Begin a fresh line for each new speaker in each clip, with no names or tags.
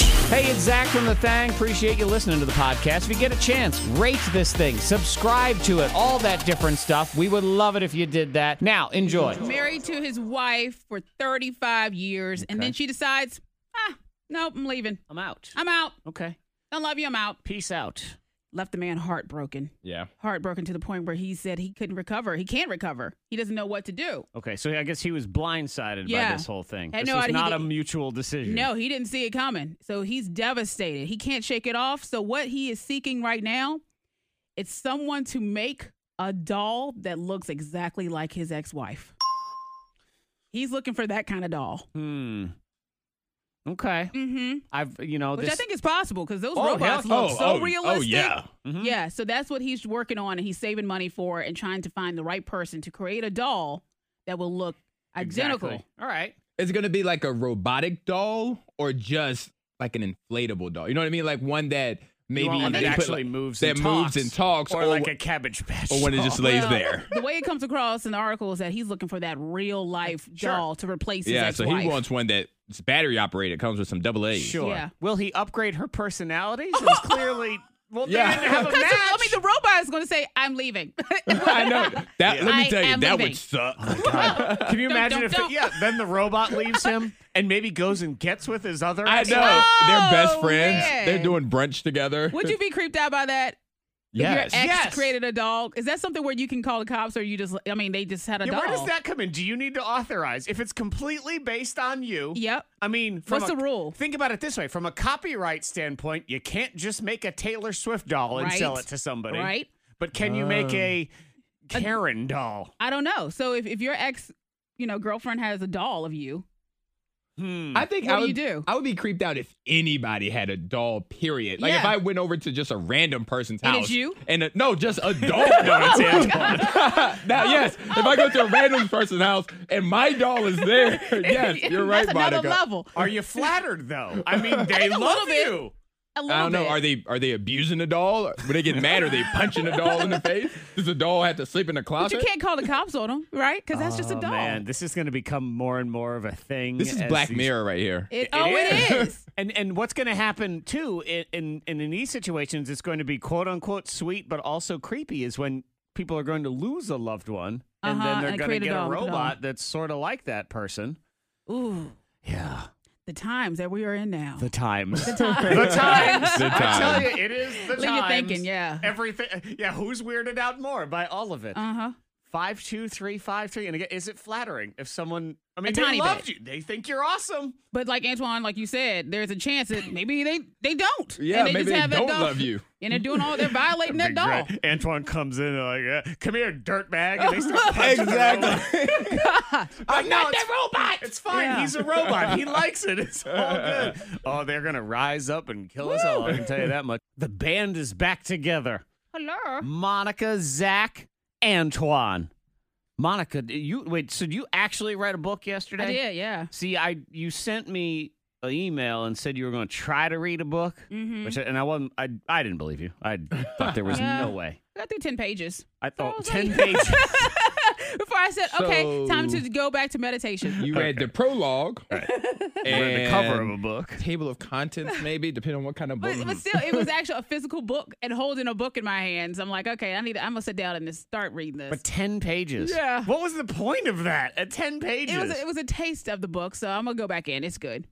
Hey, it's Zach from The Thang. Appreciate you listening to the podcast. If you get a chance, rate this thing, subscribe to it, all that different stuff. We would love it if you did that. Now, enjoy.
married to his wife for 35 years, and then she decides, ah, nope, I'm leaving.
I'm out.
I'm out.
Okay.
Don't love you. I'm out.
Peace out.
Left the man heartbroken.
Yeah.
Heartbroken to the point where he said he couldn't recover. He can't recover. He doesn't know what to do.
Okay, so I guess he was blindsided
Yeah.
by this whole thing.
Had
this
no
was
idea he
not a
did-
mutual decision.
No, he didn't see it coming. So he's devastated. He can't shake it off. So what he is seeking right now, it's someone to make a doll that looks exactly like his ex-wife. He's looking for that kind of doll.
Hmm. Okay.
Mm-hmm.
I've you know
Which
Oh, this.
I think is possible because those
Oh,
robots
hell-
look
oh,
so
oh, oh,
realistic.
yeah.
Mhm.
Yeah, so that's what he's working on, and he's saving money for, and trying to find the right person to create a doll that will look identical.
Exactly. All right.
Is it gonna be like a robotic doll or just like an inflatable doll? You know what I mean? Like one that
You
maybe
want one
they
that
put,
actually
like-
moves
that
and
moves
talks,
and talks,
or, like
wh-
a cabbage patch,
or when it just
doll.
lays
Well,
there.
The way it comes across in the article is that he's looking for that real life
Sure.
doll to replace his
Yeah, so
ex-wife.
he wants one that's battery operated, comes with some double A's.
Sure.
Yeah.
Will he upgrade her personality? Since clearly, well,
Yeah.
they didn't have a
Because
match.
I mean, the robot is going to say, "I'm leaving."
I know. That let
I
me tell you,
am
that
leaving.
would suck.
Oh Can you
Don't,
imagine
don't,
if? it-
don't.
yeah. Then the robot leaves him and maybe goes and gets with his other.
I
ex-
know.
Oh,
They're best friends.
man.
They're doing brunch together.
Would you be creeped out by that? If
Yes.
Your ex
Yes.
created a doll. Is that something where you can call the cops, or you just? I mean, they just had a
Yeah,
doll.
where does that come in? Do you need to authorize if it's completely based on you?
Yep.
I mean, from
What's
a-
the rule?
Think about it this way: from a copyright standpoint, you can't just make a Taylor Swift doll and sell
Right.
it to somebody,
Right.
But can you make a Karen doll?
I don't know. So if, if your ex, you know, girlfriend has a doll of you,
Hmm.
I think
What
I
do you
would
do?
I would be creeped out if anybody had a doll. Period. Like if
Yeah.
I went over to just a random person's
And
house.
it's you? Oh
And a, no, just a doll. no, it's now, yes, if I go to a random person's house and my doll is there, yes, you're right,
That's another
Monica.
level.
Are you flattered though? I mean, they
a
love
little bit.
you.
A little
I don't know.
bit.
Are they are they abusing the doll? When they get mad, are they punching the doll in the face? Does the doll have to sleep in the
But
closet?
you can't call the cops on them, right? Because that's just a
Oh,
doll.
Man, this is going to become more and more of a thing.
this is
as
Black
these-
Mirror right here.
It, oh, it is.
and and what's going to happen too in, in in in these situations? It's going to be quote unquote sweet, but also creepy. Is when people are going to lose a loved one, and
Uh-huh,
then they're going
and
to
create a
get a
doll, a doll.
robot that's sort of like that person.
Ooh,
Yeah,
the times that we are in now.
the times, the times, the times.
The
I tell
times.
you, it is the
Leave you
times.
thinking, yeah.
Everything, yeah. Who's weirded out more by all of it?
Uh huh.
Five two three five three. And again, is it flattering if someone? I mean,
A
they
tiny
loved you. They think you're awesome.
But like Antoine, like you said, there's a chance that maybe they they don't.
Yeah,
and they
maybe
just
they
have that
don't
doll,
love you.
and they're doing all they're violating that
Big
doll.
Red- Antoine comes in and like, uh, "Come here, dirtbag," and they start punching The robot.
I'm
No,
not
it's-
that robot.
It's fine.
Yeah.
He's a robot. He likes it. It's all good. Oh, they're gonna rise up and kill us all. I can tell you that much. The band is back together.
Hello.
Monica, Zach, Antoine. Monica, d- you wait. So you actually read a book yesterday?
I did, yeah.
See, I you sent me an email and said you were going to try to read a book, which I, and I wasn't. I I didn't believe you. I thought there was
Mm-hmm. Yeah.
no way.
I got through ten pages
I thought
I was
ten
like-
pages.
before I said, okay,
So-
time to go back to meditation.
You read the prologue and
the cover of a book.
table of contents, maybe depending on what kind of book.
But, but still, it was actually a physical book and holding a book in my hands. I'm like, okay, I need. To, I'm gonna sit down and just start reading this.
But ten pages.
Yeah.
What was the point of that? At ten pages.
it was it was a taste of the book, so I'm gonna go back in. It's good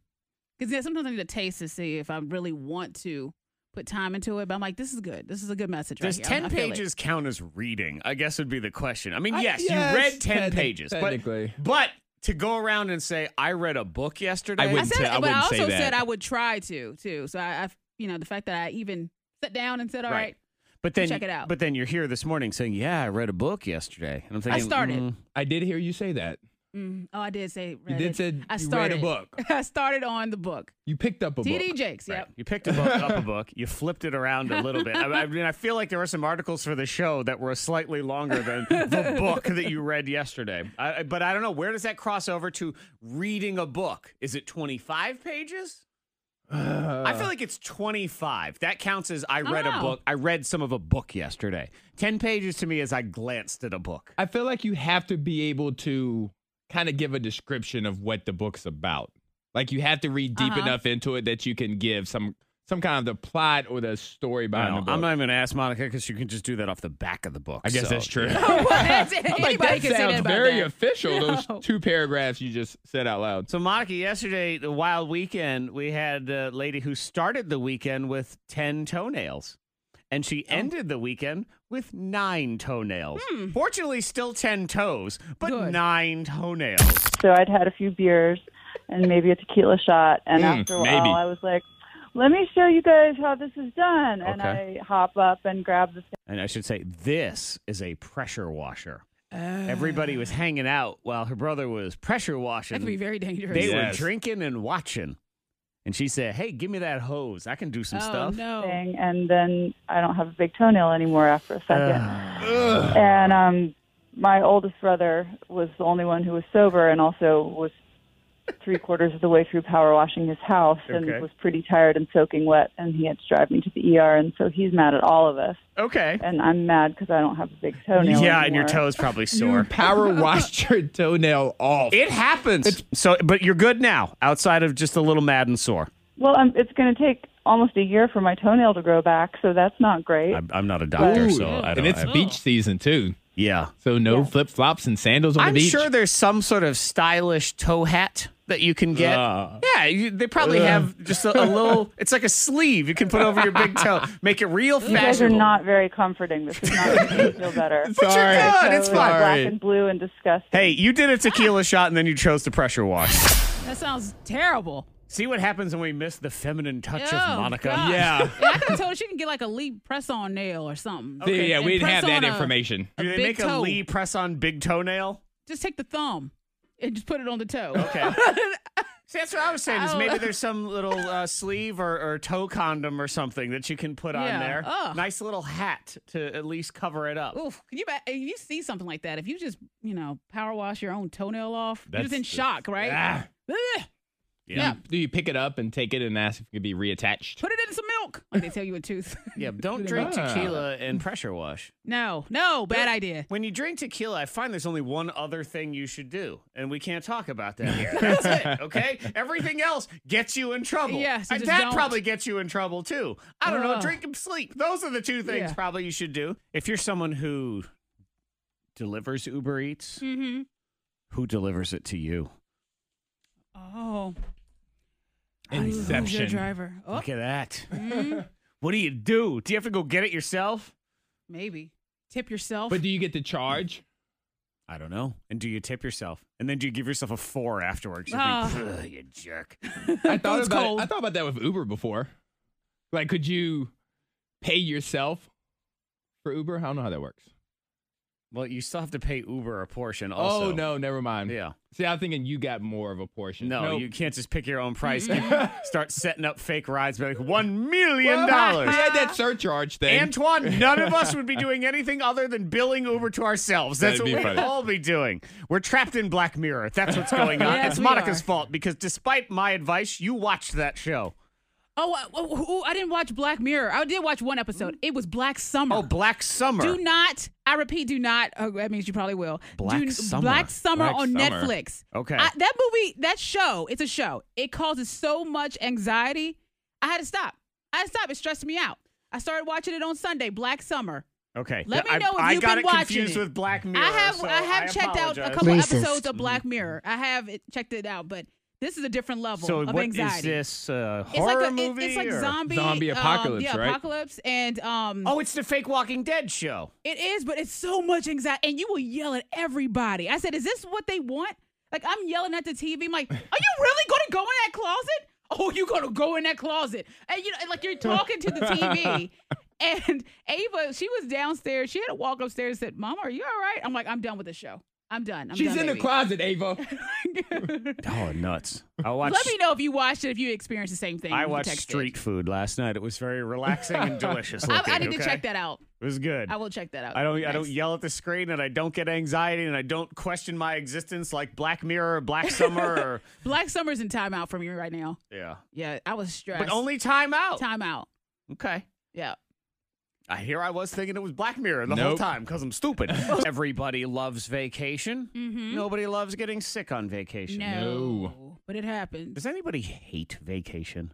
because yeah, sometimes I need a taste to see if I really want to put time into it. But I'm like, this is good. This is a good message.
Does
right here. I-
ten
I feel it.
pages count as reading? I guess would be the question. I mean,
I-
yes,
yes,
you read ten
techni-
pages, but-
technically.
But, to go around and say I read a book yesterday,
I
I
wouldn't
said,
say- I
but I
wouldn't
also
say that.
said I would try to too. So I, I, you know, the fact that I even sat down and said, all
Right.
right,
But then,
Check it out.
But then you're here this morning saying, "Yeah, I read a book yesterday," and I'm thinking,
started.
mm,
I did hear you say that.
mm, oh, I did say, read
did
it.
say
I
you read
started
a book.
I started on the book.
You picked up a book.
TD Jakes.
Right.
Yep.
You picked a book up a book. You flipped it around a little bit. I, I mean, I feel like there were some articles for the show that were slightly longer than the book that you read yesterday. I, I- but I don't know where does that cross over to reading a book? Is it twenty five pages?
Uh.
I feel like it's twenty five. That counts as I read a
Oh.
know.
book. I read some of a book yesterday. Ten pages to me is I glanced at a book.
I feel like you have to be able to kind of give a description of what the book's about. Like you have to read deep
Uh-huh.
enough into it that you can give some some kind of the plot or the story behind
No,
the book.
I'm not even going to ask Monica because you can just do that off the back of the book.
I guess
so,
that's true.
yeah.
I'm like,
Anybody
that
can say that
sounds
about
very
that.
official.
No.
Those two paragraphs you just said out loud.
So, Monica, yesterday, the wild weekend, we had a lady who started the weekend with 10 toenails. And she
Oh.
ended the weekend with nine toenails.
Hmm.
Fortunately, still 10 toes, but
Good.
nine toenails.
So I'd had a few beers and maybe a tequila shot. And
Mm,
after a
maybe.
while, I was like, let me show you guys how this is done. And
Okay.
I hop up and grab the
And I should say, this is a pressure washer.
Oh.
Everybody was hanging out while her brother was pressure
That could be
washing.
very dangerous.
They
Yes.
were drinking and watching. And she said, Hey, give me that hose. I can do some
oh,
stuff.
no.
thing, and then I don't have a big toenail anymore after a second.
Ugh.
and um, my oldest brother was the only one who was sober and also was three quarters of the way through power washing his house and
Okay.
was pretty tired and soaking wet and he had to drive me to the ER and so he's mad at all of us
Okay.
and I'm mad because I don't have a big toenail.
Yeah, and your
anymore.
toe's probably
You
sore.
power washed your toenail off.
It happens. so, but you're good now, outside of just a little mad and sore.
Well, um, it's going to take almost a year for my toenail to grow back, so that's not great.
I'm, I'm not a doctor,
Ooh.
so I don't.
and it's
I-
beach season too,
yeah,
so no flip flops and sandals on
I'm
the beach.
sure there's some sort of stylish toe hat that you can get.
Ah.
yeah, you, they probably
Ugh.
have just a, a little. It's like a sleeve you can put over your big toe, make it real
you guys are
fashionable.
not very comforting. This is not making me feel better.
But you're
Sorry.
good. It's
So,
fine.
like, Black
Sorry.
and blue and disgusting.
Hey, you did a
Ah.
tequila shot and then you chose to pressure wash.
That sounds terrible.
See what happens when we miss the feminine touch
Oh,
of Monica.
God.
Yeah.
I could have told her she can get like a lead press on nail or something.
See, Yeah,
And
we didn't
press
have that
on a-
information.
A
Do they
big
make
toe.
a Lee press on big toenail?
Just take the thumb and just put it on the toe.
Okay. See, that's what I was saying. Is
Oh.
maybe there's some little uh, sleeve or, or toe condom or something that you can put on
Yeah. Oh.
there.
Ugh.
Nice little hat to at least cover it up.
Oof, can you ba- if you see something like that? If you just you know power wash your own toenail off, you're just in
That's-
shock, right?
Ah.
Ugh.
Yeah.
Do you pick it up and take it and ask if it could be reattached?
Put it in some milk. Like they tell you a tooth.
Yeah, don't drink
Ah.
tequila and pressure wash.
no, no, bad idea.
When you drink tequila, I find there's only one other thing you should do, and we can't talk about that here. That's it, okay? Everything else gets you in trouble.
Yeah, so
And
just
that
don't.
probably gets you in trouble too. I don't know,
Ugh.
drink and sleep. Those are the two things
Yeah.
probably you should do. If you're someone who delivers Uber Eats,
Mm-hmm.
who delivers it to you?
Oh, Who's your
Inception.
driver? Oh,
Look at that.
mhm,
What do you do? Do you have to go get it yourself?
maybe tip yourself.
But do you get to charge?
I don't know. And do you tip yourself? And then do you give yourself a four afterwards? You
Ah.
think, "Ugh, you jerk.
I thought
Food's
about
cold.
I thought about that with Uber before. Like, could you pay yourself for Uber? I don't know how that works.
Well, you still have to pay Uber a portion also.
Oh no, never mind.
Yeah.
See, I'm thinking you got more of a portion.
No,
Nope.
you can't just pick your oone price. You start setting up fake rides, be like one million
Well,
dollars.
We had that surcharge thing.
Antoine, none of us would be doing anything other than billing Uber to ourselves. That's
That'd
what
be
we'd
funny.
all be doing. We're trapped in Black Mirror. That's what's going on.
Yes,
it's
we
Monica's
are.
fault because despite my advice, you watched that show.
oh, I, oh, oh, I didn't watch Black Mirror. I did watch one episode. It was Black Summer.
Mm. Oh, Black Summer.
Do not, I repeat, do not. Oh, that means you probably will.
Black
do,
Summer.
Black Summer
Black
on
Summer.
Netflix.
Okay.
I, that movie, that show, it's a show. It causes so much anxiety. I had to stop. I had to stop. It stressed me out. I started watching it on Sunday, Black Summer.
okay.
Let me
I,
know if
I
you've
got
been
it
watching
confused
it.
with Black Mirror.
I have
so
I have checked out a
apologize.
couple episodes of Black Mirror. I have it, checked it out, but this is a different level
So
of
what is
anxiety.
this uh,
It's
horror
like a, it-
movie?
it's like
or-
zombie
Zombie
um,
apocalypse,
yeah,
right?
apocalypse, and um,
Oh, it's the fake Walking Dead show.
It is, but it's so much anxiety, and you will yell at everybody. I said, "Is this what they want?" Like I'm yelling at the TV. I'm like, "Are you really going to go in that closet? Oh, you going to go in that closet?" And you know, and, like you're talking to the TV. And Ava, she was downstairs. She had to walk upstairs. And said, "Mom, are you all right?" I'm like, "I'm done with the show. I'm done. I'm
She's
done,
in the
baby."
closet, Ava.
Oh, nuts! I watched.
Let me know if you watched it. If you experienced the same thing, You
I
can
watched
text it.
Street Food last night. It was very relaxing and delicious.
I,
Looking,
I need to
okay?
check that out.
It was good.
I will check that out.
I don't. I don't
Next.
yell at the screen, and I don't get anxiety, and I don't question my existence like Black Mirror, or Black Summer, or
Black Summer's in timeout for me right now.
yeah.
Yeah, I was stressed.
But only time out.
timeout.
Okay.
Yeah.
I here I was thinking it was Black Mirror the whole
Nope.
time because I'm stupid. Everybody loves vacation. Nobody loves getting sick on vacation.
Mm-hmm. No, but it happens.
Does anybody hate vacation?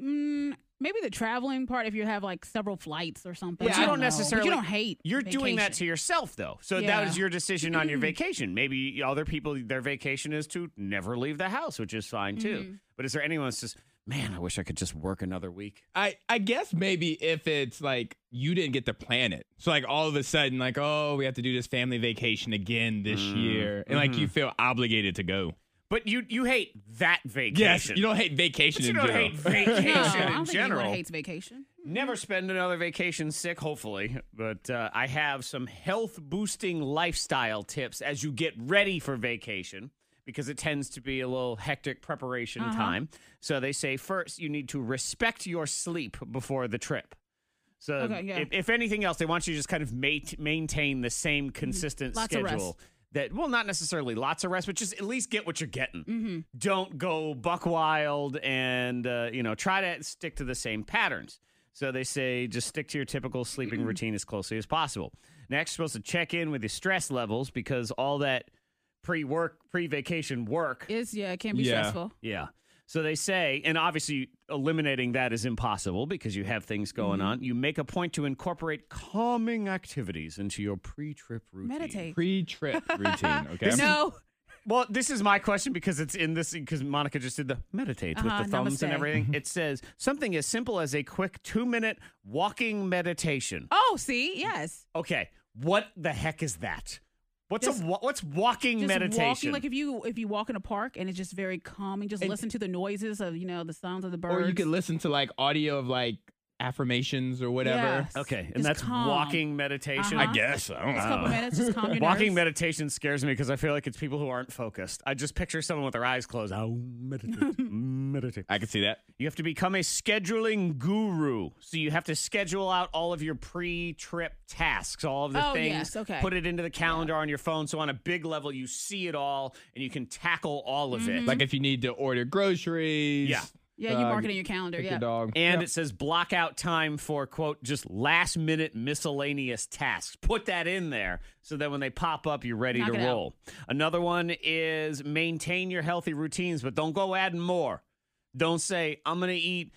Mm, maybe the traveling part if you have like several flights or something.
But
I
you don't
know. But
necessarily.
You don't hate.
You're doing that to
vacation.
yourself, though. So
Yeah.
that is your decision on your vacation. Maybe other people, their vacation is to never leave the house, which is fine too.
Mm-hmm.
But is there anyone that's just, man, I wish I could just work another week?
I, I guess maybe if it's like you didn't get to plan it. So like all of a sudden, like, oh, we have to do this family vacation again this
Mm-hmm.
year. And like you feel obligated to go.
But you you hate that vacation.
You don't hate vacation
But you
in
don't
general.
hate vacation
No, I
in
don't think anyone
general.
hates vacation.
Never spend another vacation sick, hopefully. But uh, I have some health boosting lifestyle tips as you get ready for vacation because it tends to be a little hectic preparation
Uh-huh.
time. So they say first, you need to respect your sleep before the trip. So,
Okay, yeah.
if, if anything else, they want you to just kind of mate, maintain the same
Mm-hmm.
consistent
Lots of
schedule.
rest.
That well, not necessarily lots of rest, but just at least get what you're getting.
Mm-hmm.
Don't go buck wild, and uh, you know try to stick to the same patterns. So they say just stick to your typical sleeping
Mm-hmm.
routine as closely as possible. Next, you're supposed to check in with your stress levels because all that pre-work, pre-vacation work
It's yeah, it can be
Yeah.
stressful.
yeah. So they say, and obviously eliminating that is impossible because you have things going
Mm-hmm.
on. You make a point to incorporate calming activities into your pre trip routine.
Meditate.
Pre trip routine. Okay.
No,
Well, this is my question because it's in this, because Monica just did the meditate
Uh-huh,
with the thumbs and
namaste.
Mm-hmm.
everything. it says something as simple as a quick two minute walking meditation.
oh, see, yes,
Okay. What the heck is that? What's
Just-
a wa- what's walking
just
meditation?
walking. Like if you if you walk in a park and it's just very calming, just
And-
listen to the noises of you know the sounds of the birds.
Or you could listen to like audio of like affirmations or whatever.
Yes.
okay, and
Just
that's
calm.
walking meditation. Uh,
Uh-huh. I
guess. I don't
Just a couple minutes, just calm your
Ah. Walking
nerves.
meditation scares me because I feel like it's people who aren't focused. I just picture someone with their eyes closed. Oh, meditate, meditate.
I can see that.
You have to become a scheduling guru. So you have to schedule out all of your pre-trip tasks, all of the
Oh,
things.
yes, okay.
Put it into the calendar on your phone. So on a big level, you see it all and you can tackle all of
Mm-hmm.
it.
Like if you need to order groceries.
Yeah.
Yeah, you
uh,
mark it in your calendar.
pick
Yeah.
your dog.
And it says block out time for quote just last minute miscellaneous tasks. Put that in there so that when they pop up, you're ready
Knock
to
it out.
roll. Another one is maintain your healthy routines, but don't go adding more. Don't say I'm going to eat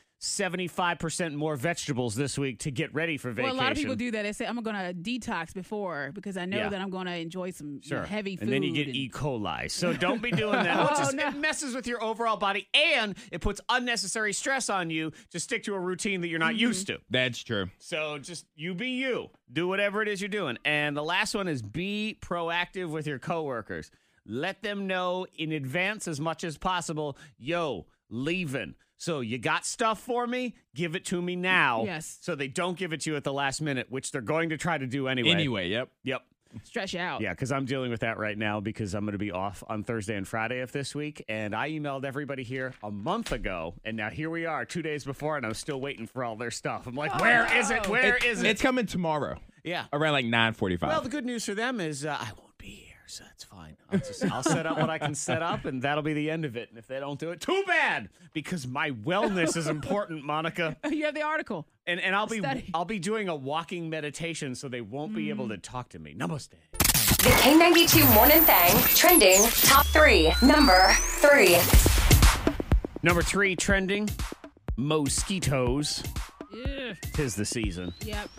75% more vegetables this week to get ready for vacation.
Well, a lot of people do that. They say I'm gonna detox before because I know
Yeah.
that I'm gonna enjoy some you know,
Sure.
heavy food.
And then you get
and- Oh,
E. coli. So don't be doing that. Well, it just-
no.
It messes with your overall body and it puts unnecessary stress on you to stick to a routine that you're
Mm-hmm.
not used to.
That's true.
So just you be you. Do whatever it is you're doing. And the last one is be proactive with your coworkers. Let them know in advance as much as possible, yo, leaving. So you got stuff for me? Give it to me now.
Yes.
So they don't give it to you at the last minute, which they're going to try to do anyway.
Anyway, yep.
Yep.
stretch you out.
Yeah, because I'm dealing with that right now because I'm going to be off on Thursday and Friday of this week. And I emailed everybody here a month ago. And now here we are, two days before, and I'm still waiting for all their stuff. I'm like, where is it? Where is it?
It's coming tomorrow
Yeah.
around like 9:45.
Well, the good news for them is uh, I won't be here, so that's fine. I'll, just, I'll set up what I can set up, and that'll be the end of it. And if they don't do it, too bad, because my wellness is important, Monica.
you have the article.
And and I'll be
Study.
I'll be doing a walking meditation, so they won't be able to talk to me. Namaste.
The K92 Morning Thang trending top three. Number three.
Number three trending: mosquitoes.
Yeah.
Tis the season.
Yep.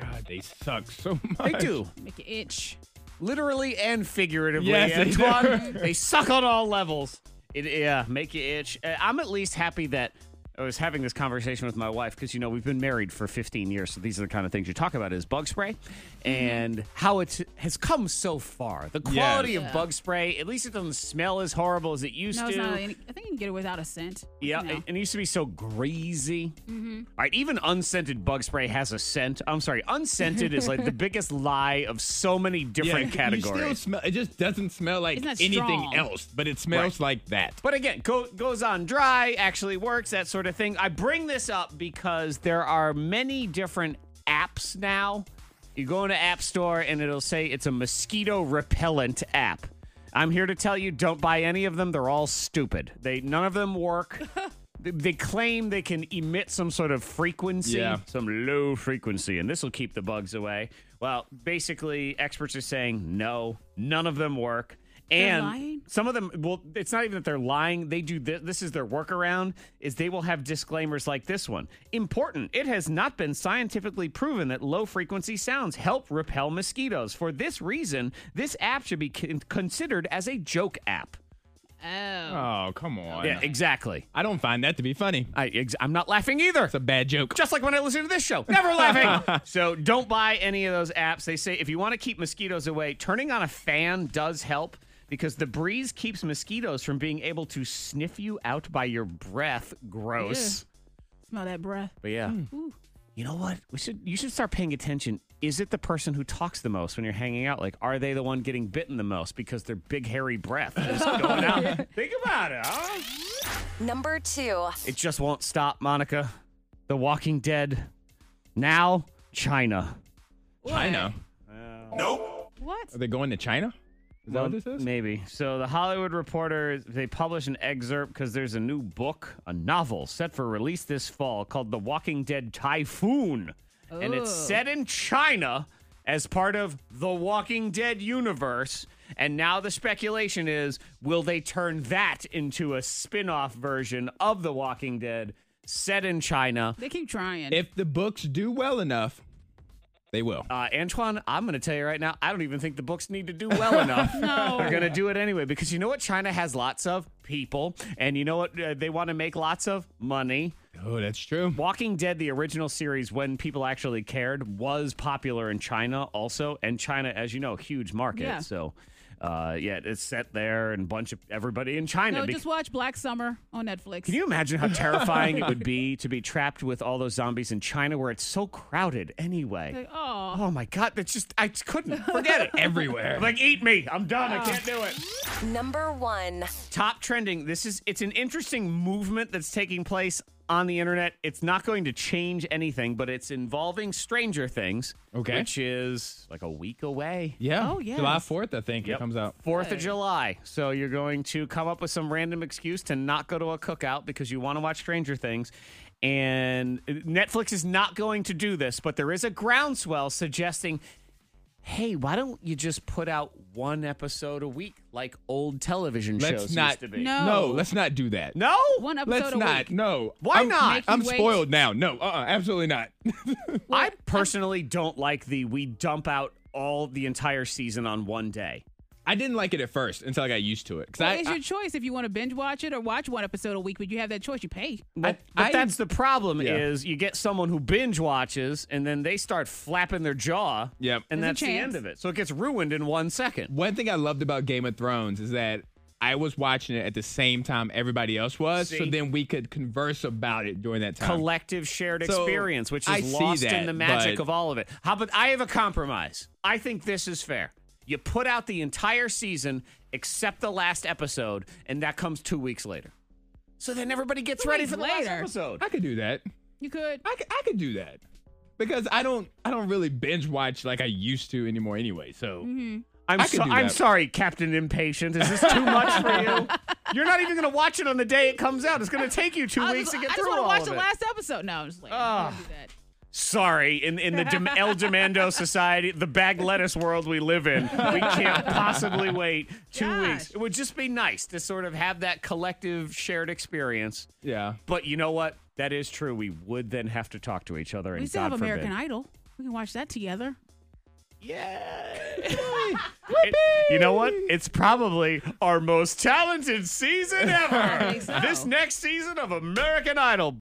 God, they suck so much.
They do.
Make it itch.
literally and figuratively,
Yes, they do.
Antoine. They, suck on all levels. It yeah, make you itch. Uh, I'm at least happy that I was having this conversation with my wife because you know we've been married for 15 years, so these are the kind of things you talk about: is bug spray and
Mm-hmm.
how it has come so far. The quality of
Yeah.
bug spray, at least it doesn't smell as horrible as it used
No,
to.
it's not. Any, I think you can get it without a scent.
Yeah,
No. Mm-hmm.
it, it used to be so greasy. All right, even unscented bug spray has a scent. I'm sorry, unscented is like the biggest lie of so many different categories.
You still smell, it just doesn't smell like
It's not
anything
strong.
else, but it smells like that.
But again, go, goes on dry, actually works, that sort of thing. I bring this up because there are many different apps now. You go into App Store and it'll say it's a mosquito repellent app. I'm here to tell you don't buy any of them. They're all stupid. They none of them work. th- they claim they can emit some sort of frequency,
Yeah.
some low frequency, and this will keep the bugs away. Well, basically, experts are saying no, none of them work. And
lying?
some of them, well, it's not even that they're lying. They do this. This is their workaround. Is they will have disclaimers like this one. Important. It has not been scientifically proven that low frequency sounds help repel mosquitoes. For this reason, this app should be con- considered as a joke app.
Oh.
Oh, come on.
Yeah, exactly.
I don't find that to be funny.
I, ex- I'm not laughing either.
It's a bad joke.
just like when I listen to this show, never laughing. so don't buy any of those apps. They say if you want to keep mosquitoes away, turning on a fan does help because the breeze keeps mosquitoes from being able to sniff you out by your breath. Gross.
Smell that breath.
But yeah. You know what? We should you should start paying attention. Is it the person who talks the most when you're hanging out? Like, are they the one getting bitten the most because their big hairy breath is going out? Think about it. Huh?
Number two.
It just won't stop, Monica. The Walking Dead. Now, China.
China.
What?
Are they going to China? Is that what this is?
Maybe. So the Hollywood Reporter they publish an excerpt because there's a new book, a novel set for release this fall called The Walking Dead Typhoon, and it's
Oh.
Ooh.
set in China as part of the Walking Dead universe. And now the speculation is, will they turn that into a spin-off version of The Walking Dead set in China?
They keep trying.
If the books do well enough, they will.
Uh, Antoine, I'm going to tell you right now, I don't even think the books need to do well enough.
No.
They're going to do it anyway because you know what China has lots of? People. And you know what uh, they want to make lots of? Money.
Oh, that's true.
Walking Dead, the original series, when people actually cared, was popular in China also. And China, as you know, huge market.
Yeah.
So, uh, yeah, it's set there and a bunch of everybody in China.
no,
bec-
just watch Black Summer on Netflix.
can you imagine how terrifying it would be to be trapped with all those zombies in China where it's so crowded anyway?
Like, oh.
Oh my god, that's just I just couldn't forget it.
Everywhere.
like eat me. I'm done. I can't do it.
Number one.
Top trending. This is it's an interesting movement that's taking place on the internet. It's not going to change anything, but it's involving Stranger Things,
Okay.
which is like a week away.
yeah.
Oh, yes.
July 4th, I think
Yep.
it comes out.
Fourth of July. So you're going to come up with some random excuse to not go to a cookout because you want to watch Stranger Things. And Netflix is not going to do this, but there is a groundswell suggesting hey, why don't you just put out one episode a week like old television
Let's
shows
not-
used to be?
No.
No, let's not do that.
No?
One episode
Let's
a
not.
week.
No.
Why
I'm-
not?
Make you
I'm
wait.
spoiled now. No, uh-uh, absolutely not.
I personally don't like the we dump out all the entire season on one day.
I didn't like it at first until I got used to it. 'Cause
Well,
I-
it's
I-
your choice if you want to binge watch it or watch one episode a week, but you have that choice. You pay.
But,
I-
but
I-
that's the problem
Yeah.
is you get someone who binge watches and then they start flapping their jaw.
Yep.
And
There's a
that's the
chance.
end of it. So it gets ruined in one second.
One thing I loved about Game of Thrones is that I was watching it at the same time everybody else was, so
See?
then we could converse about it during that time.
Collective shared
So,
experience, which is
I see
lost in
that,
the magic
but-
of all of it. How about I have a compromise? I think this is fair. You put out the entire season except the last episode, and that comes two weeks later. So then everybody gets
Two
ready
weeks
for the last
later.
episode.
I could do that.
You could.
I could, I could do that because I don't I don't really binge watch like I used to anymore anyway. So
Mm-hmm.
I'm,
I could
so-
do
I'm
that.
sorry, Captain Impatient. Is this too much for you? You're not even going to watch it on the day it comes out. It's going to take you two
I,
weeks
just,
to get
I just
through
wanna
all
watch
of
the
it.
last episode. No, I'm just like, I'm do that.
Sorry, in in the Dem- El Demando society, the bag lettuce world we live in, we can't possibly wait two
Gosh.
weeks. It would just be nice to sort of have that collective shared experience.
yeah,
But you know what? That is true. We would then have to talk to each other.
We
and
still
God
have American
forbid.
Idol. We can watch that together.
Yeah. It- you know what? It's probably our most talented season ever.
think so.
This next season of American Idol.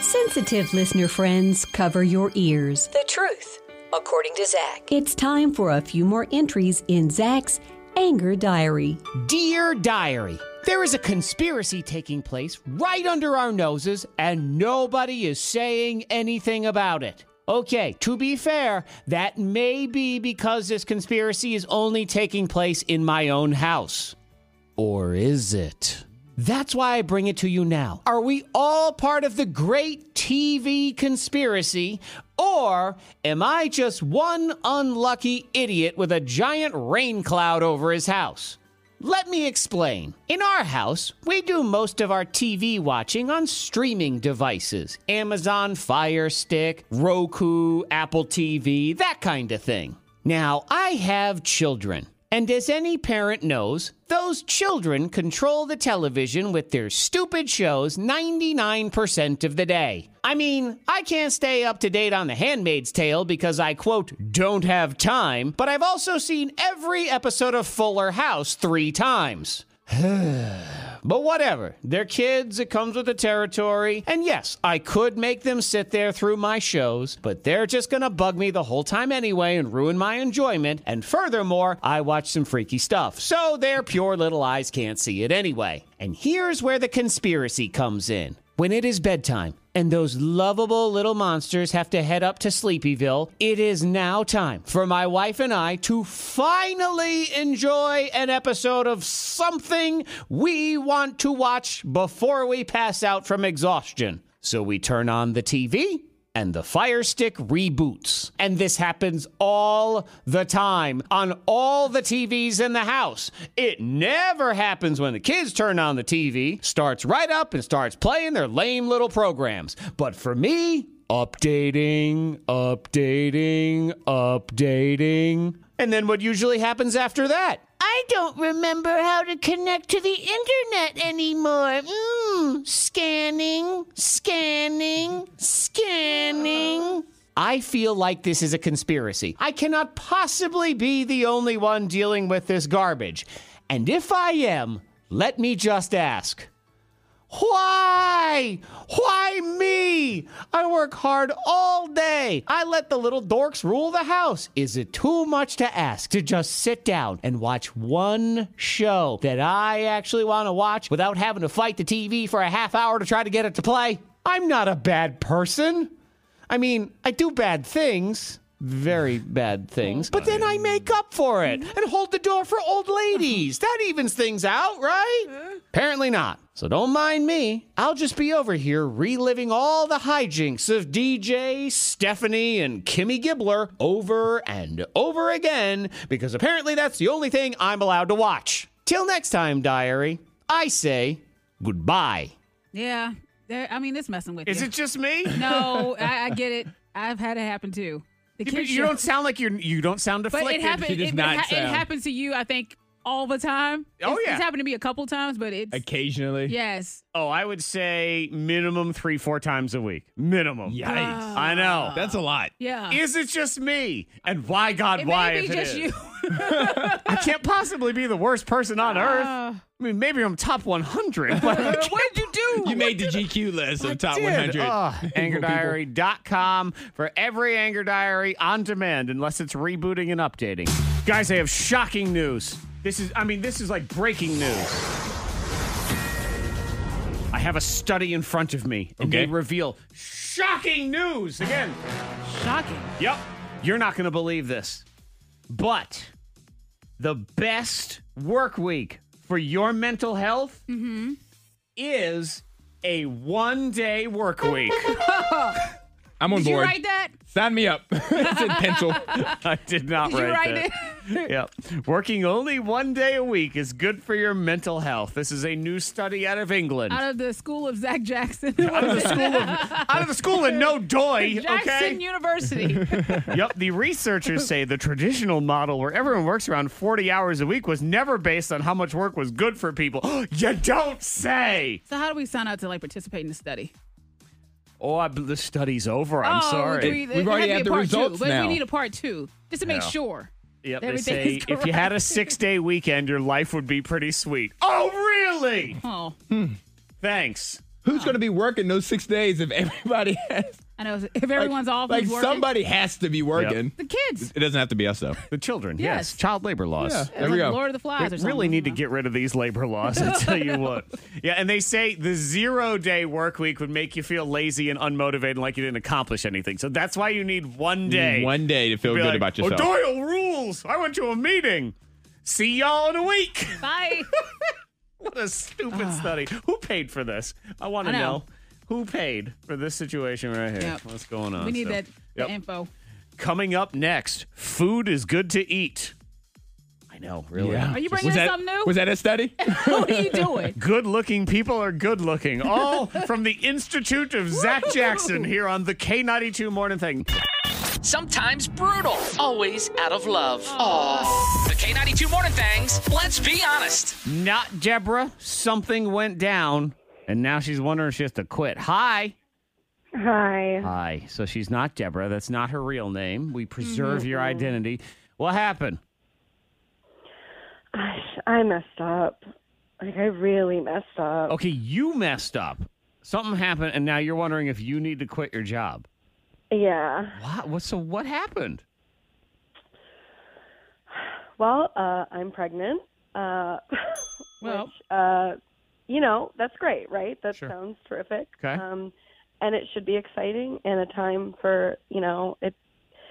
Sensitive listener friends, cover your ears.
The truth, according to Zach.
It's time for a few more entries in Zach's Anger Diary.
Dear Diary, there is a conspiracy taking place right under our noses, and nobody is saying anything about it. Okay, to be fair, that may be because this conspiracy is only taking place in my own house. Or is it? That's why I bring it to you now. Are we all part of the great TV conspiracy? Or am I just one unlucky idiot with a giant rain cloud over his house? Let me explain. In our house, we do most of our TV watching on streaming devices Amazon Fire Stick, Roku, Apple TV, that kind of thing. Now, I have children. And as any parent knows, those children control the television with their stupid shows 99% of the day. I mean, I can't stay up to date on The Handmaid's Tale because I, quote, don't have time, but I've also seen every episode of Fuller House three times. But whatever. They're kids, it comes with the territory. And yes, I could make them sit there through my shows, but they're just gonna bug me the whole time anyway and ruin my enjoyment. And furthermore, I watch some freaky stuff, so their pure little eyes can't see it anyway. And here's where the conspiracy comes in. When it is bedtime, and those lovable little monsters have to head up to Sleepyville, it is now time for my wife and I to finally enjoy an episode of something we want to watch before we pass out from exhaustion. So we turn on the TV. And the Fire Stick reboots. And this happens all the time on all the TVs in the house. It never happens when the kids turn on the TV, starts right up and starts playing their lame little programs. But for me, updating, updating, updating. And then what usually happens after that? I don't remember how to connect to the internet anymore. Mmm, scanning, scanning, scanning. I feel like this is a conspiracy. I cannot possibly be the only one dealing with this garbage. And if I am, let me just ask. Why? Why me? I work hard all day. I let the little dorks rule the house. Is it too much to ask to just sit down and watch one show that I actually want to watch without having to fight the TV for a half hour to try to get it to play? I'm not a bad person. I mean, I do bad things, very bad things, but then I make up for it and hold the door for old ladies. That evens things out, right? Apparently not. So don't mind me. I'll just be over here reliving all the hijinks of DJ, Stephanie, and Kimmy Gibbler over and over again because apparently that's the only thing I'm allowed to watch. Till next time, diary, I say goodbye.
Yeah. There, I mean, it's messing with
Is
you.
it just me?
no, I, I get it. I've had it happen too. The
You,
kids
you
show-
don't sound like you're. You don't sound
But
afflicted.
it happened.
She does
It, it
not
ha- it
sound-
happened to you, I think, all the time.
Oh,
It's-
yeah.
it's happened to me a couple times, but it's
Occasionally.
yes.
Oh, I would say minimum three, four times a week. Minimum.
Yikes.
I know.
Oh, That's a lot.
Yeah.
Is it just me? And why, God,
it
why?
may be
if it
just
is?
you.
I can't possibly be the worst person on earth. I mean, maybe I'm top 100. but I can't-
what did Uh, you do?
You made the GQ list of top
did.
100.
Oh.
Ah, angerdiary.com for every Anger Diary on demand, unless it's rebooting and updating. Guys, I have shocking news. This is, I mean, this is like breaking news. I have a study in front of me, and
Okay.
they reveal shocking news again.
Shocking.
Yep. You're not going to believe this. But the best work week for your mental health is a one day work week.
I'm on
Did you
board.
write that?
Sign me up. it's in pencil.
I did not
Did you
write,
write
that. yep. Working only one day a week is good for your mental health. This is a new study out of England.
Out of the school of Zach Jackson.
Out of the school of, out of the school of no doy.
Jackson
okay?
University.
yep. The researchers say the traditional model where everyone works around 40 hours a week was never based on how much work was good for people. you don't say.
so how do we sign out to like participate in the study?
Oh, I, the study's over. I'm
oh,
sorry.
We,
We've already had the results
two,
now.
But we need a part two just to make
Yeah.
sure.
yep, they
everything
say
is
if you had a
correct.
six day weekend, your life would be pretty sweet. Oh, really?
Oh,
Thanks.
Who's going to be working those six days if everybody has?
I know. If everyone's
like,
off,
like
who's working,
somebody has to be working.
The kids.
It doesn't have to be us though.
The children,
Yes.
Child labor laws.
Yeah.
It's
There we
like
go.
Lord of the Flies
We
or something.
really need
I
to
don't
get rid of these labor laws. I tell you what. Yeah, and they say the zero day work week would make you feel lazy and unmotivated, and like you didn't accomplish anything. So that's why you need one day.
One day to feel
Be
good
like,
about yourself.
O'Doyle rules. I went to a meeting. See y'all in a week.
know. Bye.
what a stupid study. Who paid for this? Ah. I want to
I
know.
know.
who paid for this situation right here.
Yep.
What's going on?
we need
So,
that the
yep.
info.
Coming up next, food is good to eat. I I know, really.
Are you bringing
was
in
that,
something new?
Was that a study?
what are you doing?
Good looking people are good looking. All from the Institute of Zach Jackson here on the K92 Morning Thing.
Sometimes brutal, always out of love. Aww. The K92 Morning Thangs, let's be honest.
Not Deborah.
Something went down, and now she's wondering if she has to quit. Hi.
Hi.
Hi. So she's not Deborah. That's not her real name. We preserve your identity. What happened?
Gosh, I messed up. Like I really messed up.
Okay, you messed up. Something happened, and now you're wondering if you need to quit your job.
Yeah.
What? what so what happened?
Well, uh, I'm pregnant. Uh,
Well,
uh, you know, that's great, right? That
Sure.
sounds terrific.
Okay.
Um, and it should be exciting and a time for you know it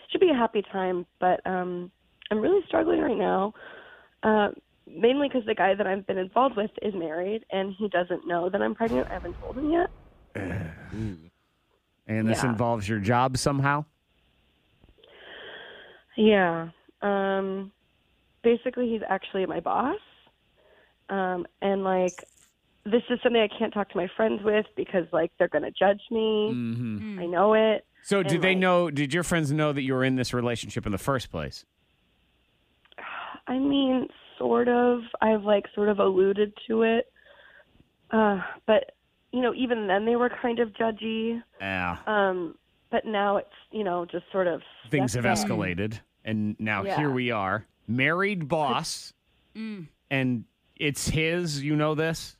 should be a happy time. But um, I'm really struggling right now, uh, mainly because the guy that I've been involved with is married and he doesn't know that I'm pregnant. I haven't told him yet.
And this
Yeah.
involves your job somehow?
Yeah. Um basically he's actually my boss. Um and like this is something I can't talk to my friends with because like they're going to judge me.
Mm-hmm.
I know it.
So did
And,
they
like-
know did your friends know that you were in this relationship in the first place?
I mean, sort of I've like sort of alluded to it. Uh but you know, even then they were kind of judgy.
Yeah.
Um but now it's, you know, just sort of
Things have
stepped up.
escalated. And now
Yeah. Mm.
here we are. Married boss. And it's his, you know this?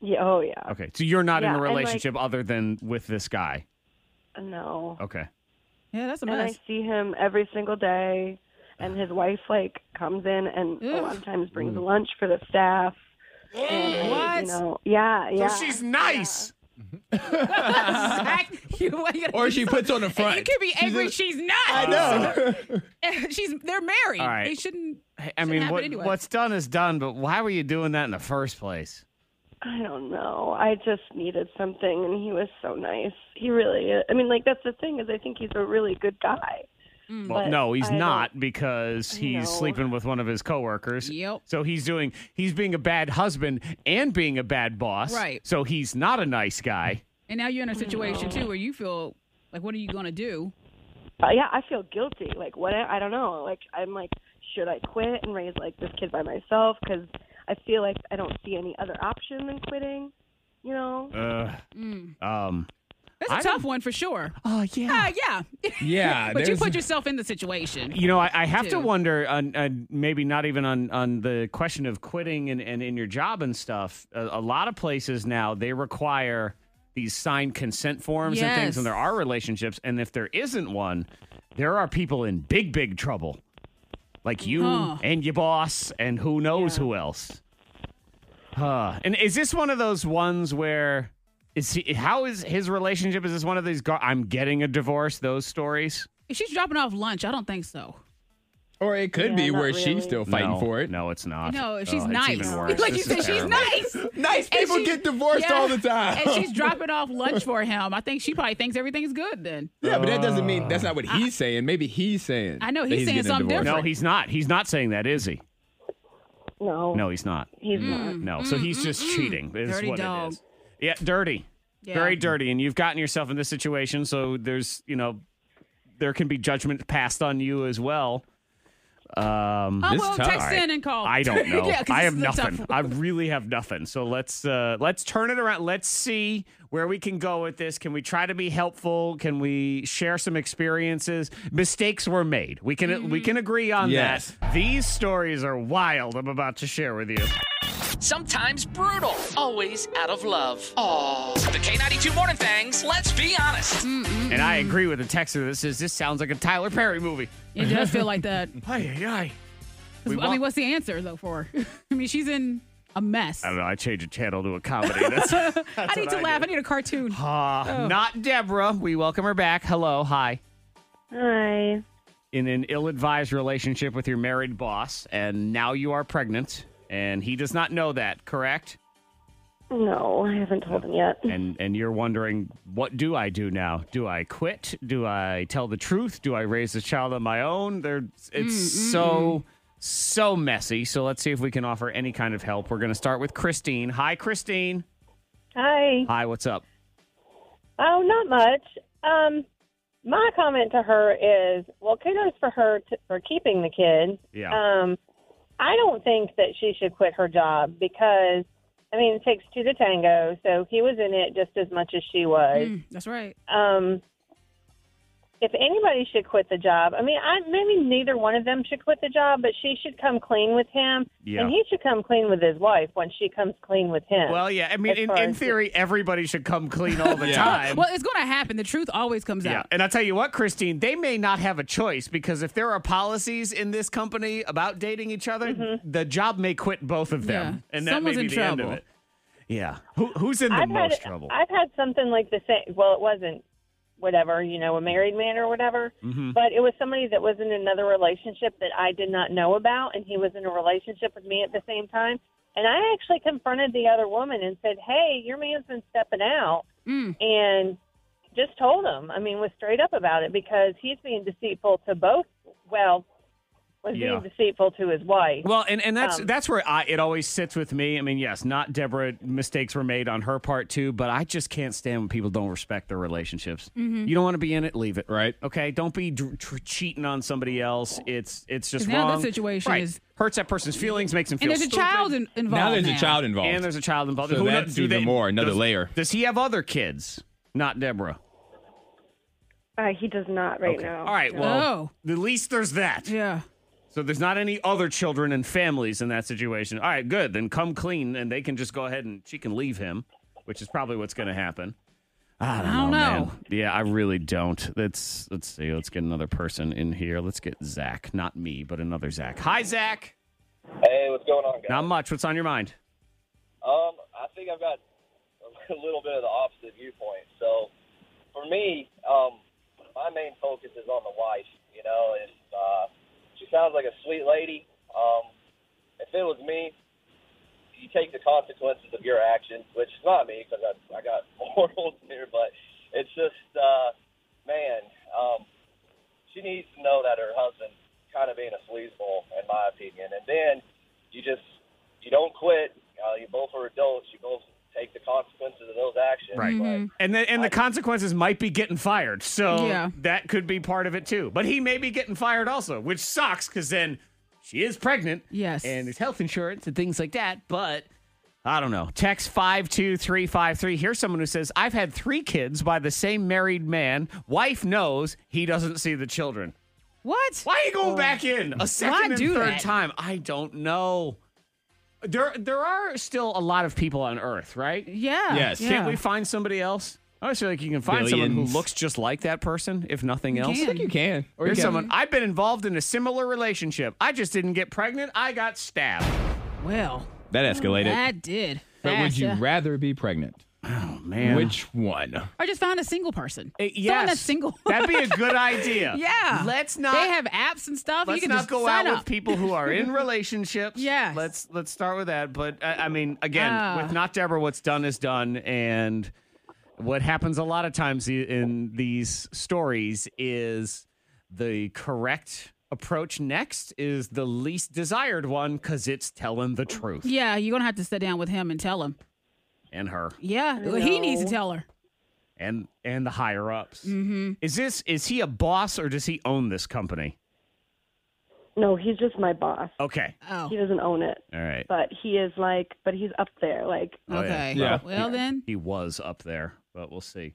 Yeah, oh yeah.
Okay. So you're not in
Yeah,
a
and, like-
relationship other than with this guy.
No.
Okay.
yeah, that's a
and
mess.
I see him every single day. And his wife like comes in and a lot of times
Mm.
brings lunch for the staff. And,
What?
You know, yeah, yeah.
So she's nice.
Zach, you, what are you gonna
or
do?
she puts on a front.
You could be angry. She's not. I
know.
she's. They're married.
All right.
They shouldn't.
I
Shouldn't
mean,
happen
what,
anyway.
what's done is done, but why were you doing that in the first place?
I don't know. I just needed something, and he was so nice. He really. Is. I mean, like that's the thing is, I think he's a really good guy.
Well,
Mm.
Mm. But
no, he's
I don't-
not because
No.
he's sleeping with one of his coworkers.
Yep.
So he's doing he's being a bad husband and being a bad boss.
Right.
So he's not a nice guy.
And now you're in a situation too where you feel like, what are you gonna do?
Uh, yeah, I feel guilty. Like what? I, I don't know. Like I'm like, should I quit and raise like this kid by myself? Because I feel like I don't see any other option than quitting. You know.
Uh, um.
That's a
I
tough one for sure.
Oh
Uh,
yeah.
yeah.
Yeah,
but you
there's-
put yourself in the situation.
You know, I, I have to
Dude.
wonder on, on maybe not even on on the question of quitting and, and in your job and stuff. A, a lot of places now they require these signed consent forms and things,
Yes.
and there are relationships, and if there isn't one, there are people in big big trouble, like you
Huh.
and your boss, and who knows who else. Huh. And is this one of those ones where is he, how is his relationship? Is this one of these? Gar- I'm getting a divorce. Those stories.
If she's dropping off lunch, I don't think so.
or it could
Yeah,
be
not
where
really.
she's still fighting
No,
for it.
No, it's not.
No, if she's
Oh,
nice.
It's even worse.
like you
This
said,
is
she's
terrible.
nice.
Nice
And
people
she-
get divorced
yeah.
all the time.
and she's dropping off lunch for him. I think she probably thinks everything's good then.
yeah, but that doesn't mean that's not what he's saying. Maybe he's saying.
I know,
that
he's saying
getting a
something
divorce.
No,
different.
he's not. He's not saying that, is he?
No.
No, he's not.
He's not.
Mm.
No. So he's just cheating. Is
Dirty
what
dog.
it is. Yeah, dirty.
Yeah.
Very dirty. And you've gotten yourself in this situation, so there's you know there can be judgment passed on you as well. Um
Oh,
This
well,
is tough.
text
All right.
in and call.
I don't know.
Oh. yeah, 'cause this
I have
is a tough
nothing.
one.
I really have nothing. So let's uh let's turn it around. Let's see where we can go with this. Can we try to be helpful? Can we share some experiences? Mistakes were made. We can we
Mm-hmm.
can agree on
Yes.
that. These stories are wild. I'm about to share with you.
Sometimes brutal, always out of love. Aww. The K92 Morning Thangs, let's be honest.
And I agree with the texter that says this sounds like a Tyler Perry movie.
It does feel like that. 'Cause,
Ay, ay, ay. We
I
want-
mean, what's the answer though for? her? I mean, she's in a mess.
I
I,
don't know. I changed a channel to a comedy. That's, uh,
need to laugh. I need a cartoon.
Not Deborah. We welcome her back. Hello. Hi.
Hi.
in an ill-advised relationship with your married boss and now you are pregnant and he does not know that correct
No, I haven't told him yet.
and and you're wondering what do i do now do i quit do i tell the truth do i raise a child on my own there it's so so messy. So let's see if we can offer any kind of help. We're going to start with Christine. Hi, Christine.
Hi.
Hi, what's up?
Oh, not much. Um, my comment to her is, well, kudos for her t- for keeping the kid.
Yeah.
Um, I don't think that she should quit her job because, I mean, it takes two to tango. So he was in it just as much as she was.
Mm, that's right.
Um, if anybody should quit the job, I mean, I maybe neither one of them should quit the job, but she should come clean with him,
Yeah.
and he should come clean with his wife when she comes clean with him.
Well, yeah. I mean,
As
in,
far
in
as-
theory, everybody should come clean all the
Yeah.
time.
Well, it's going to happen. The truth always comes
Yeah.
out.
And I'll tell you what, Christine, they may not have a choice because if there are policies in this company about dating each other,
Mm-hmm.
the job may quit both of them.
Yeah.
And that
Someone's
may be
in
the end of
trouble.
it. Yeah. Who, who's in the
I've
most
had,
trouble?
I've had something like the same. Well, it wasn't whatever, you know, a married man or whatever,
Mhm.
but it was somebody that was in another relationship that I did not know about, and he was in a relationship with me at the same time. And I actually confronted the other woman and said, "Hey, your man's been stepping out,"
Mm.
and just told him. I mean, was straight up about it because he's being deceitful to both. Well, was
Yeah.
being deceitful to his wife.
Well, and, and that's
Um,
that's where I, it always sits with me. I mean, yes, not Deborah. Mistakes were made on her part too, but I just can't stand when people don't respect their relationships.
Mhm.
You don't want to be in it, leave it. Right. Okay. Don't be dr- tr- cheating on somebody else. It's it's just
'Cause now
wrong.
that situation
Right.
is-
hurts that person's feelings, makes them
And
feel.
there's a
stupid.
child in- involved. now.
and there's a child involved.
So
Who knows-
that's
do
even
they-
more, another
does-
layer.
Does he have other kids? Not Deborah.
Uh, he does not right now.
All right. Well, at least there's that.
Oh, Yeah.
So there's not any other children and families in that situation. All right, good. Then come clean, and they can just go ahead and she can leave him, which is probably what's going to happen. I don't,
I don't
know.
know.
man. Yeah, I really don't. Let's let's see. Let's get another person in here. Let's get Zach, not me, but another Zach. Hi, Zach.
Hey, what's going on, guys?
Not much. What's on your mind?
Um, I think I've got a little bit of the opposite viewpoint. So, for me, um, my main focus is on the wife. You know, if uh, she sounds like a sweet lady, um, if it was me, you take the consequences of your actions, which is not me because I, I got morals here, but it's just, uh, man, um, she needs to know that her husband's kind of being a sleazeball, in my opinion. And then you just you don't quit. Uh, you both are adults. You both take the consequences of those actions.
Right. And the, and the consequences might be getting fired. So
Yeah.
that could be part of it too. But he may be getting fired also, which sucks because then she is pregnant.
Yes.
And there's health insurance and things like that. But I don't know. Text 52353. Here's someone who says, I've had three kids by the same married man. Wife knows he doesn't see the children.
What?
Why are you going back in a second and third time? I don't know. There, there are still a lot of people on Earth, right?
Yeah.
Yes. yeah.
Can't we find somebody else? I always feel like you can find someone
Billions.
who looks just like that person, if nothing
You
else.
can. I think you can. Or you
Here's
can.
someone. I've been involved in a similar relationship. I just didn't get pregnant. I got stabbed.
Well,
That escalated.
that did.
but would
Fast,
you
yeah.
rather be pregnant?
Oh man.
Which one?
Or just find a single person.
Eh,
Someone
yes.
that's single.
That'd be a good idea.
yeah.
Let's not-
They have apps and stuff.
Let's
you can
not
just
go out
sign
with
up.
people who are in relationships.
Yes.
Let's let's start with that. But uh, I, I mean, again,
Ah.
with not Deborah, what's done is done, and what happens a lot of times i- in these stories is the correct approach next is the least desired one because it's telling the truth
Yeah, you're gonna have to sit down with him and tell him.
and her
Yeah, well, he needs to
No.
tell her.
and and the higher ups.
Mm-hmm.
Is this is he a boss or does he own this company?
No, he's just my boss.
Okay.
Oh.
He doesn't own it.
All right.
But he is like, but he's up there. Like,
Oh,
Okay.
Yeah.
Well,
He-
then.
he was up there, but we'll see.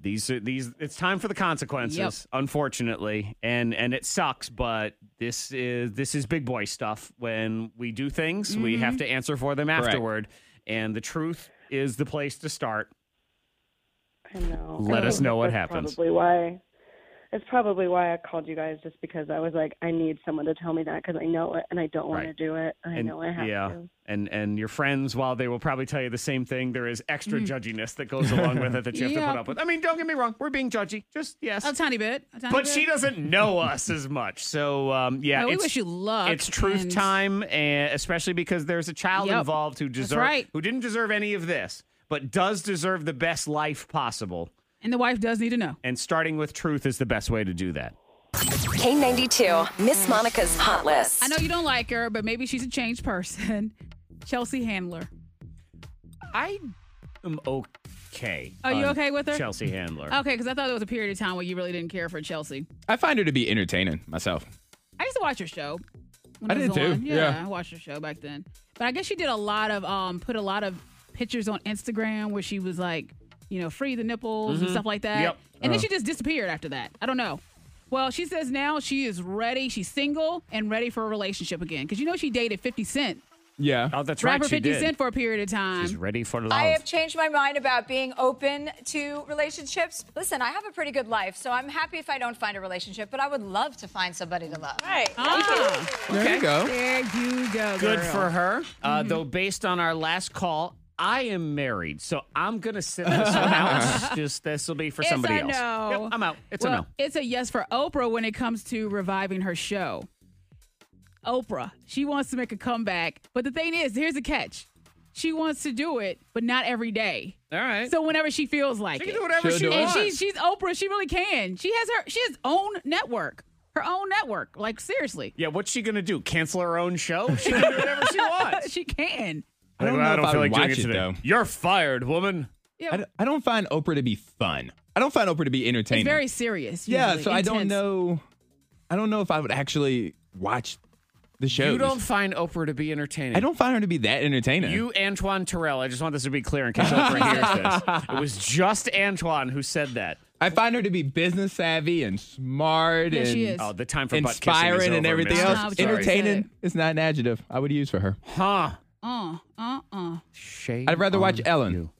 These are these. It's time for the consequences,
Yep.
unfortunately, and and it sucks. But this is this is big boy stuff. When we do things, we
Mm-hmm.
Mhm.
have to answer for them
Correct.
afterward. And the truth is the place to start.
I know.
Let us know what
That's
happens.
Probably why. It's probably why I called you guys, just because I was like, I need someone to tell me that because I know it and I don't want
Right.
to do it. And I
and,
know I have
yeah,
to.
and and your friends, while they will probably tell you the same thing, there is extra
Mm.
Mm-hmm.
judginess that goes along with it that you have to
Yeah.
put up with. I mean, don't get me wrong, we're being judgy, just yes,
A tiny bit. A tiny
but
bit.
she doesn't know us as much. So um, yeah,
Well, we
it's-
wish you luck.
It's truth
and-
time, and especially because there's a child
Yep.
involved who
That's
deserve
right.
who didn't deserve any of this, but does deserve the best life possible.
And the wife does need to know.
And starting with truth is the best way to do that.
K92, Miss Monica's Hot List.
I know you don't like her, but maybe she's a changed person. Chelsea Handler.
I am okay.
Are you
on
okay with her? Oh,
Chelsea Handler.
Okay, because I thought there was a period of time where you really didn't care for Chelsea.
I find her to be entertaining myself.
I used to watch her show. when
I
it was
did too,
on. Yeah,
yeah.
I watched her show back then. But I guess she did a lot of um put a lot of pictures on Instagram where she was like, you know, free the nipples and
Mhm.
stuff like that.
Yep.
And then
Uh.
she just disappeared after that. I don't know. Well, she says now she is ready. She's single and ready for a relationship again. Because you know she dated 50 Cent.
Yeah.
Oh, that's
rapper
right. She
50
did.
Cent for a period of time.
She's ready for love.
I have changed my mind about being open to relationships. Listen, I have a pretty good life, so I'm happy if I don't find a relationship, but I would love to find somebody to love. Right.
There you go.
There you go.
Good
girl.
for her. Uh,
Mm-hmm.
Though, based on our last call, I am married, so I'm gonna sit this one out. It's Just this will be for
It's
somebody
a
else.
no.
Yep, I'm out. It's
well,
a no.
It's a yes for Oprah when it comes to reviving her show. Oprah, she wants to make a comeback, but the thing is, here's the catch: she wants to do it, but not every day.
All right.
So whenever she feels like
She
it,
can do whatever She'll she do it.
and she,
wants.
she's Oprah. She really can. She has her. She has own network. Her own network. Like seriously,
Yeah, what's she gonna do? Cancel her own show? She can do whatever she wants.
she can.
I don't know if I would watch it, though.
You're fired, woman.
Yeah.
I, d- I don't find Oprah to be fun. I don't find Oprah to be
It's
entertaining.
very serious.
yeah,
usually,
so I don't
intense.
know. I don't know if I would actually watch the show.
You don't find Oprah to be entertaining.
I don't find her to be that entertaining.
You, Antoine Terrell. I just want this to be clear in case Oprah hears this. It was just Antoine who said that.
I find her to be business savvy and smart
Yeah,
and
she is. Oh, the time for butt kissing is
inspiring and
over,
everything
mister.
else.
Uh-huh, I was gonna say
entertaining is not an adjective I would use for her.
Huh.
Uh, uh, uh.
Shame
I'd rather watch
on
Ellen.
you.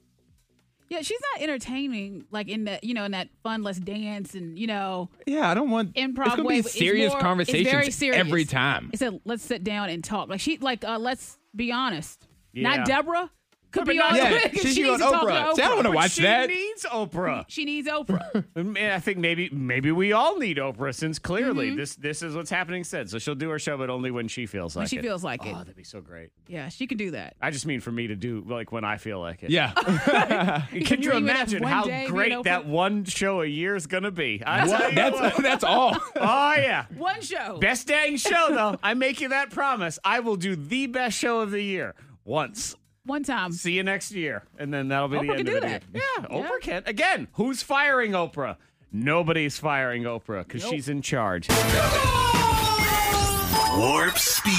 Yeah, she's not entertaining like in that you know in that fun let's dance and you know
Yeah, I don't want
improv
It's gonna
way.
be
It's
serious
more- it's
conversations
very serious.
every time.
It's a let's sit down and talk. Like she like uh let's be honest.
Yeah.
Not Deborah. Could
But
be
not-
on
Yeah,
she
she's
needs to
on
talk to
Oprah.
Oprah.
See, I don't wanna
But
watch
she
that.
needs-
needs Oprah.
She needs Oprah.
And I think maybe maybe we all need Oprah since clearly
Mm-hmm.
this this is what's happening since. So she'll do her show, but only when she feels
When
like
she
it.
feels like it.
Oh, that'd be so great.
yeah, she can do that.
I just mean for me to do like when I feel like it.
Yeah.
Can,
can dream
you
it of
imagine
one
how
day being
great
Oprah?
that one show a year is gonna be? I
What?
tell you
That's-
what.
that's all.
Oh yeah.
One show.
Best dang show though. I make you that promise. I will do the best show of the year once.
One time.
See you next year, and then that'll be the
Oprah
end
can
of
do that.
it. Yeah,
Yeah.
Oprah can. Again, who's firing Oprah? Nobody's firing Oprah because
Nope.
she's in charge.
Warp speed.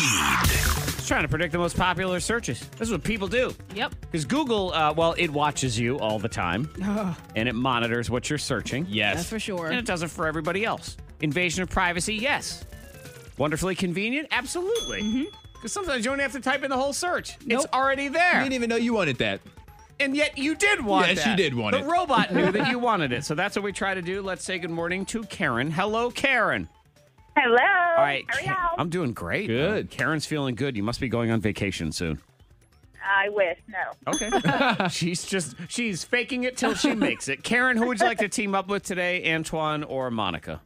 It's trying to predict the most popular searches. This is what people do.
Yep.
Because Google, uh, well, it watches you all the time,
Ugh.
and it monitors what you're searching. Yes,
That's for sure.
And it does it for everybody else. Invasion of privacy, yes. Wonderfully convenient, absolutely. Because
Mm-hmm.
sometimes you don't have to type in the whole search; it's already there.
I didn't even know you wanted that.
And yet you did want
Yes,
that.
you did want
the
it.
The robot knew that you wanted it. So that's what we try to do. Let's say good morning to Karen. Hello, Karen.
Hello.
All right.
How are
Ka-
y'all?
I'm doing great. Good. Karen's feeling good. You must be going on vacation soon.
I wish. No.
Okay. she's just she's faking it till she makes it. Karen, who would you like to team up with today, Antoine or Monica?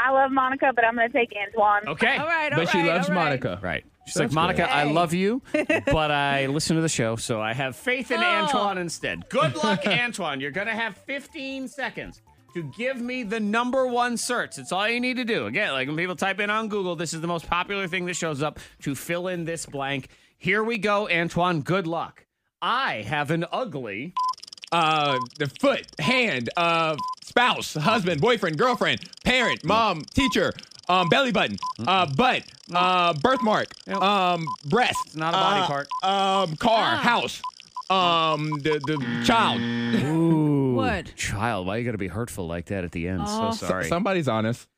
I love Monica, but I'm going to take Antoine.
Okay. Monica. Right. She's
That's
like, Monica,
good.
I
Hey.
love you, but I listen to the show, so I have faith in
Oh.
Antoine instead. Good luck, Antoine. You're going to have 15 seconds to give me the number one search. It's all you need to do. Again, like when people type in on Google, this is the most popular thing that shows up to fill in this blank. Here we go, Antoine. Good luck. I have an ugly.
Uh, the foot, hand, uh, spouse, husband, boyfriend, girlfriend, parent,
Mm.
mom, teacher, um, belly button, uh, butt, uh, birthmark, um, breast.
not a body
uh,
part.
Um, car,
Ah.
house, um, the the child.
Ooh.
What?
Child, why you got to be hurtful like that at the end?
Oh.
So sorry.
S- somebody's honest.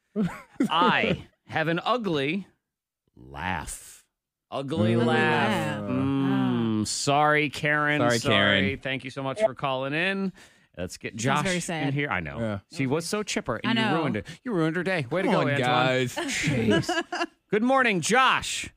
I have an ugly laugh. Ugly laugh. Mm, sorry, Karen.
Sorry, Karen.
Thank you so much for calling in. Let's get Josh
Sounds very
in
sad.
here. I know. She was so chipper,
I
and you
know.
ruined it. You ruined her day. Way
Come
to go,
on,
Antoine.
guys.
Jeez. Good morning, Josh.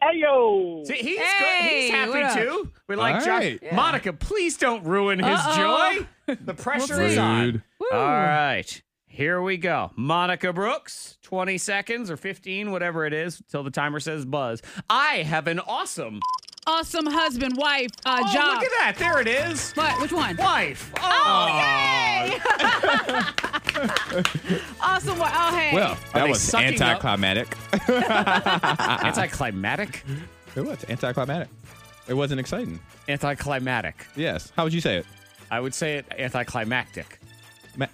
Hey yo.
See, he's
Hey,
good.
what
He's
up?
happy too. We like
All
Josh.
right. Yeah.
Monica, please don't ruin his
Uh-oh.
joy. The pressure
We'll
is
see.
on.
Rude. Woo.
All right. Here we go. Monica Brooks, 20 seconds or 15, whatever it is, till the timer says buzz. I have an awesome.
Awesome husband, wife, uh,
Oh,
job. Oh,
look at that. There it is. Oh.
What? Which one?
Wife.
Oh, yay! Awesome. Well, oh, hey.
Well, that was uh-uh. anticlimactic.
anticlimactic?
It was anticlimactic. It wasn't exciting.
Anticlimactic.
Yes. How would you say it?
I would say it anticlimactic.
Ma-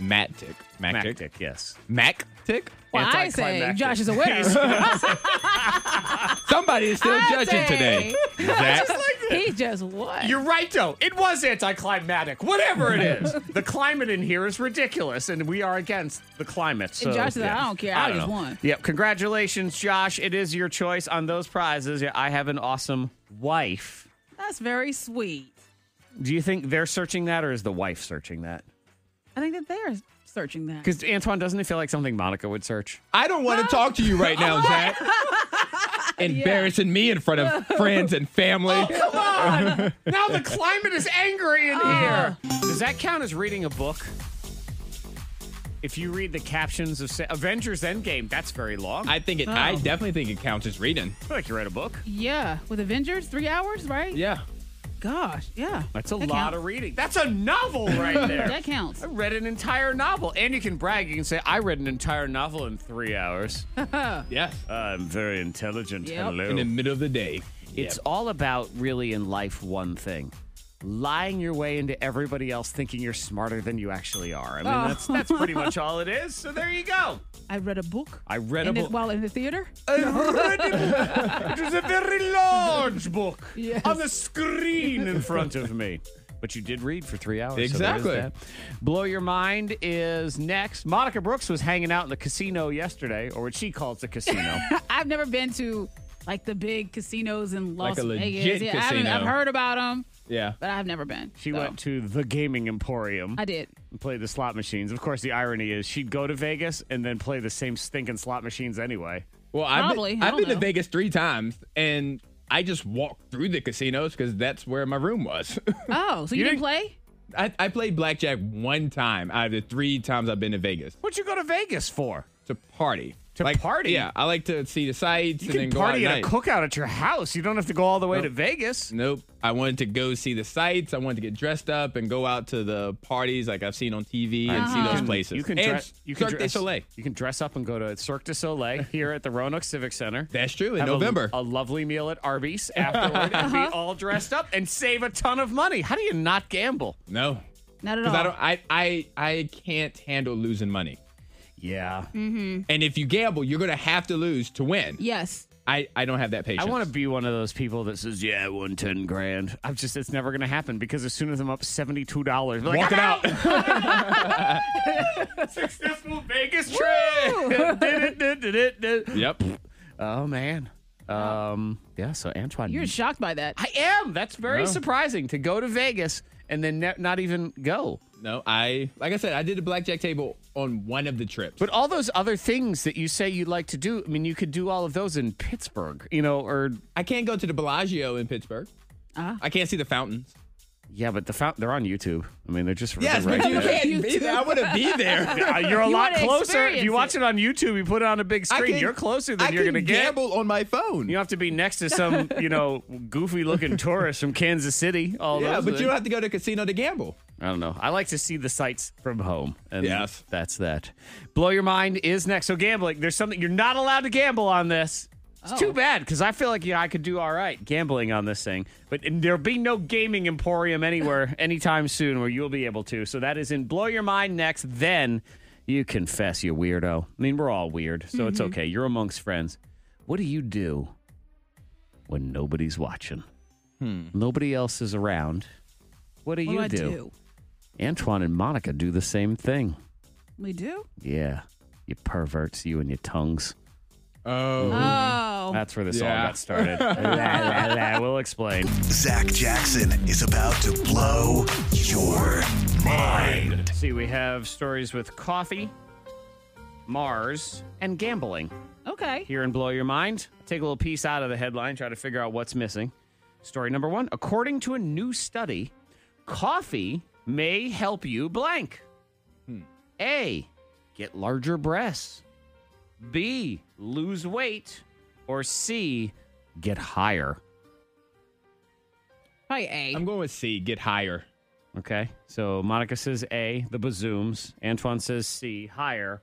Matic. Matic.
Mactic, yes.
Mactic?
Well, I say
Anticlimactic.
Josh is a winner.
Somebody is still
I
judging today.
say-
Zach.
he just what?
You're right, though. It was anticlimactic, whatever it is. the climate in here is ridiculous, and we are against the climate. So,
And Josh said, "I don't care. I just
know.
won."
Yep. Congratulations, Josh. It is your choice on those prizes. Yeah, I have an awesome wife.
That's very sweet.
Do you think they're searching that, or is the wife searching that?
I think that they're searching that.
Because Antoine doesn't it feel like something Monica would search?
I don't want to talk to you right now, Zach. Embarrassing me in front of friends and family.
Oh,
Come on! now the climate is angry in here. Ah. Does that count as reading a book? If you read the captions of say, Avengers Endgame, that's very long.
I think it. I
Oh.
definitely think it counts as reading.
I feel like you read a book.
Yeah, with Avengers, three hours, right?
Yeah,
Gosh, yeah.
That's a
That
lot
counts.
of reading. That's a novel right there.
That counts.
I read an entire novel. And you can brag. You can say, I read an entire novel in three hours.
yes.
Uh, I'm very intelligent.
Yep.
Hello.
In the middle of the day.
It's all about, really, in life, one thing. Lying your way into everybody else thinking you're smarter than you actually are. I mean,
Oh.
that's that's pretty much all it is. So there you go.
I read a book.
I read
in
a
the-
book.
while in the theater.
it was a very large book
Yes.
on the screen in front of me. But you did read for three hours. so there is
Exactly.
that. Blow Your Mind is next. Monica Brooks was hanging out in the casino yesterday, or what she calls the casino.
I've never been to like the big casinos in Las
Like a legit
Vegas. Yeah, I haven't, I've
casino.
heard about them,
Yeah.
but I've never been.
she
So,
went to the Gaming Emporium.
I did.
and play the slot machines. Of course, the irony is she'd go to Vegas and then play the same stinking slot machines anyway.
Well, I've
Probably.
been,
I
I've
don't
been to
know.
Vegas three times, and I just walked through the casinos because that's where my room was.
Oh, so you, didn't
You didn't-
play?
I, I played blackjack one time out of the three times I've been to Vegas
What'd you go to Vegas for?
to party.
To party?
Yeah, I like to see the sights
You
and
can
then go
party
out
at a
night.
cookout at your house. You don't have to go all the way
Nope.
to Vegas.
Nope. I wanted to go see the sights. I wanted to get dressed up and go out to the parties like I've seen on TV and see those places.
You can
and
dress. You can
Cirque du
dress,
Soleil.
You can dress up and go to Cirque du Soleil here at the Roanoke Civic Center.
That's true. In
Have a-
November.
a, lovely meal at Arby's afterward, and be all dressed up and save a ton of money. How do you not gamble?
no,
Not at all.
because I don't. I, I I can't handle losing money.
Yeah,
And if you gamble, you're gonna have to lose to win.
yes.
I I don't have that
I
patience.
want to be one of those people that says, "Yeah, I won ten grand." I'm just, it's never going to happen because as soon as I'm up seventy two dollars, like, "Ah,
walk
I'm
it out.
Successful Vegas trip. Did it, did it, did it, did it.
yep.
Oh man. Um. Yeah. So Antoine,
You're shocked by that.
I am. That's very
No.
surprising to go to Vegas and then ne- not even go.
No, I like I said, I did the blackjack table on one of the trips.
But all those other things that you say you like to do, I mean, you could do all of those in Pittsburgh, you know, or
I can't go to the Bellagio in Pittsburgh.
Ah.
I can't see the fountains.
yeah, but the fount- they're on YouTube. I mean, they're just
Yes,
they're right
but you
there.
can't be there. I want to be there.
Uh, you're a
You
lot
wanna
closer. If you
experience
watch
it.
it on YouTube, you put it on a big
I
screen.
can-
You're closer than
I
you're
can
going to get.
gamble on my phone.
You don't have to be next to some, you know, goofy looking tourist from Kansas City. All
yeah,
those
but you
things.
don't have to go to a casino to gamble.
I don't know. I like to see the sights from home. And
Yes.
that's that. Blow your mind is next. So gambling, there's something you're not allowed to gamble on this. It's
Oh.
too bad because I feel like yeah, I could do all right gambling on this thing. But and there'll be no gaming emporium anywhere anytime soon where you'll be able to. So that is in Blow Your Mind next. Then you confess, you weirdo. I mean, we're all weird, so it's
Mm-hmm.
okay. You're amongst friends. What do you do when nobody's watching? Nobody else is around. What do
Hmm. What
you
do I do?
Antoine and Monica do the same thing.
We do?
Yeah. You perverts, you and your tongues.
Oh.
Oh.
That's where this all
Yeah.
got started. La, la, la, we'll explain.
Zach Jackson is about to blow your mind.
See, we have stories with coffee, Mars, and gambling
okay.
here in Blow Your Mind. Take a little piece out of the headline, try to figure out what's missing. Story number one According to a new study, coffee may help you blank. A, get larger breasts. B, lose weight. Or C, get higher.
Probably A.
I'm going with C, get higher.
Okay. So Monica says A, the bazooms. Antoine says C, higher.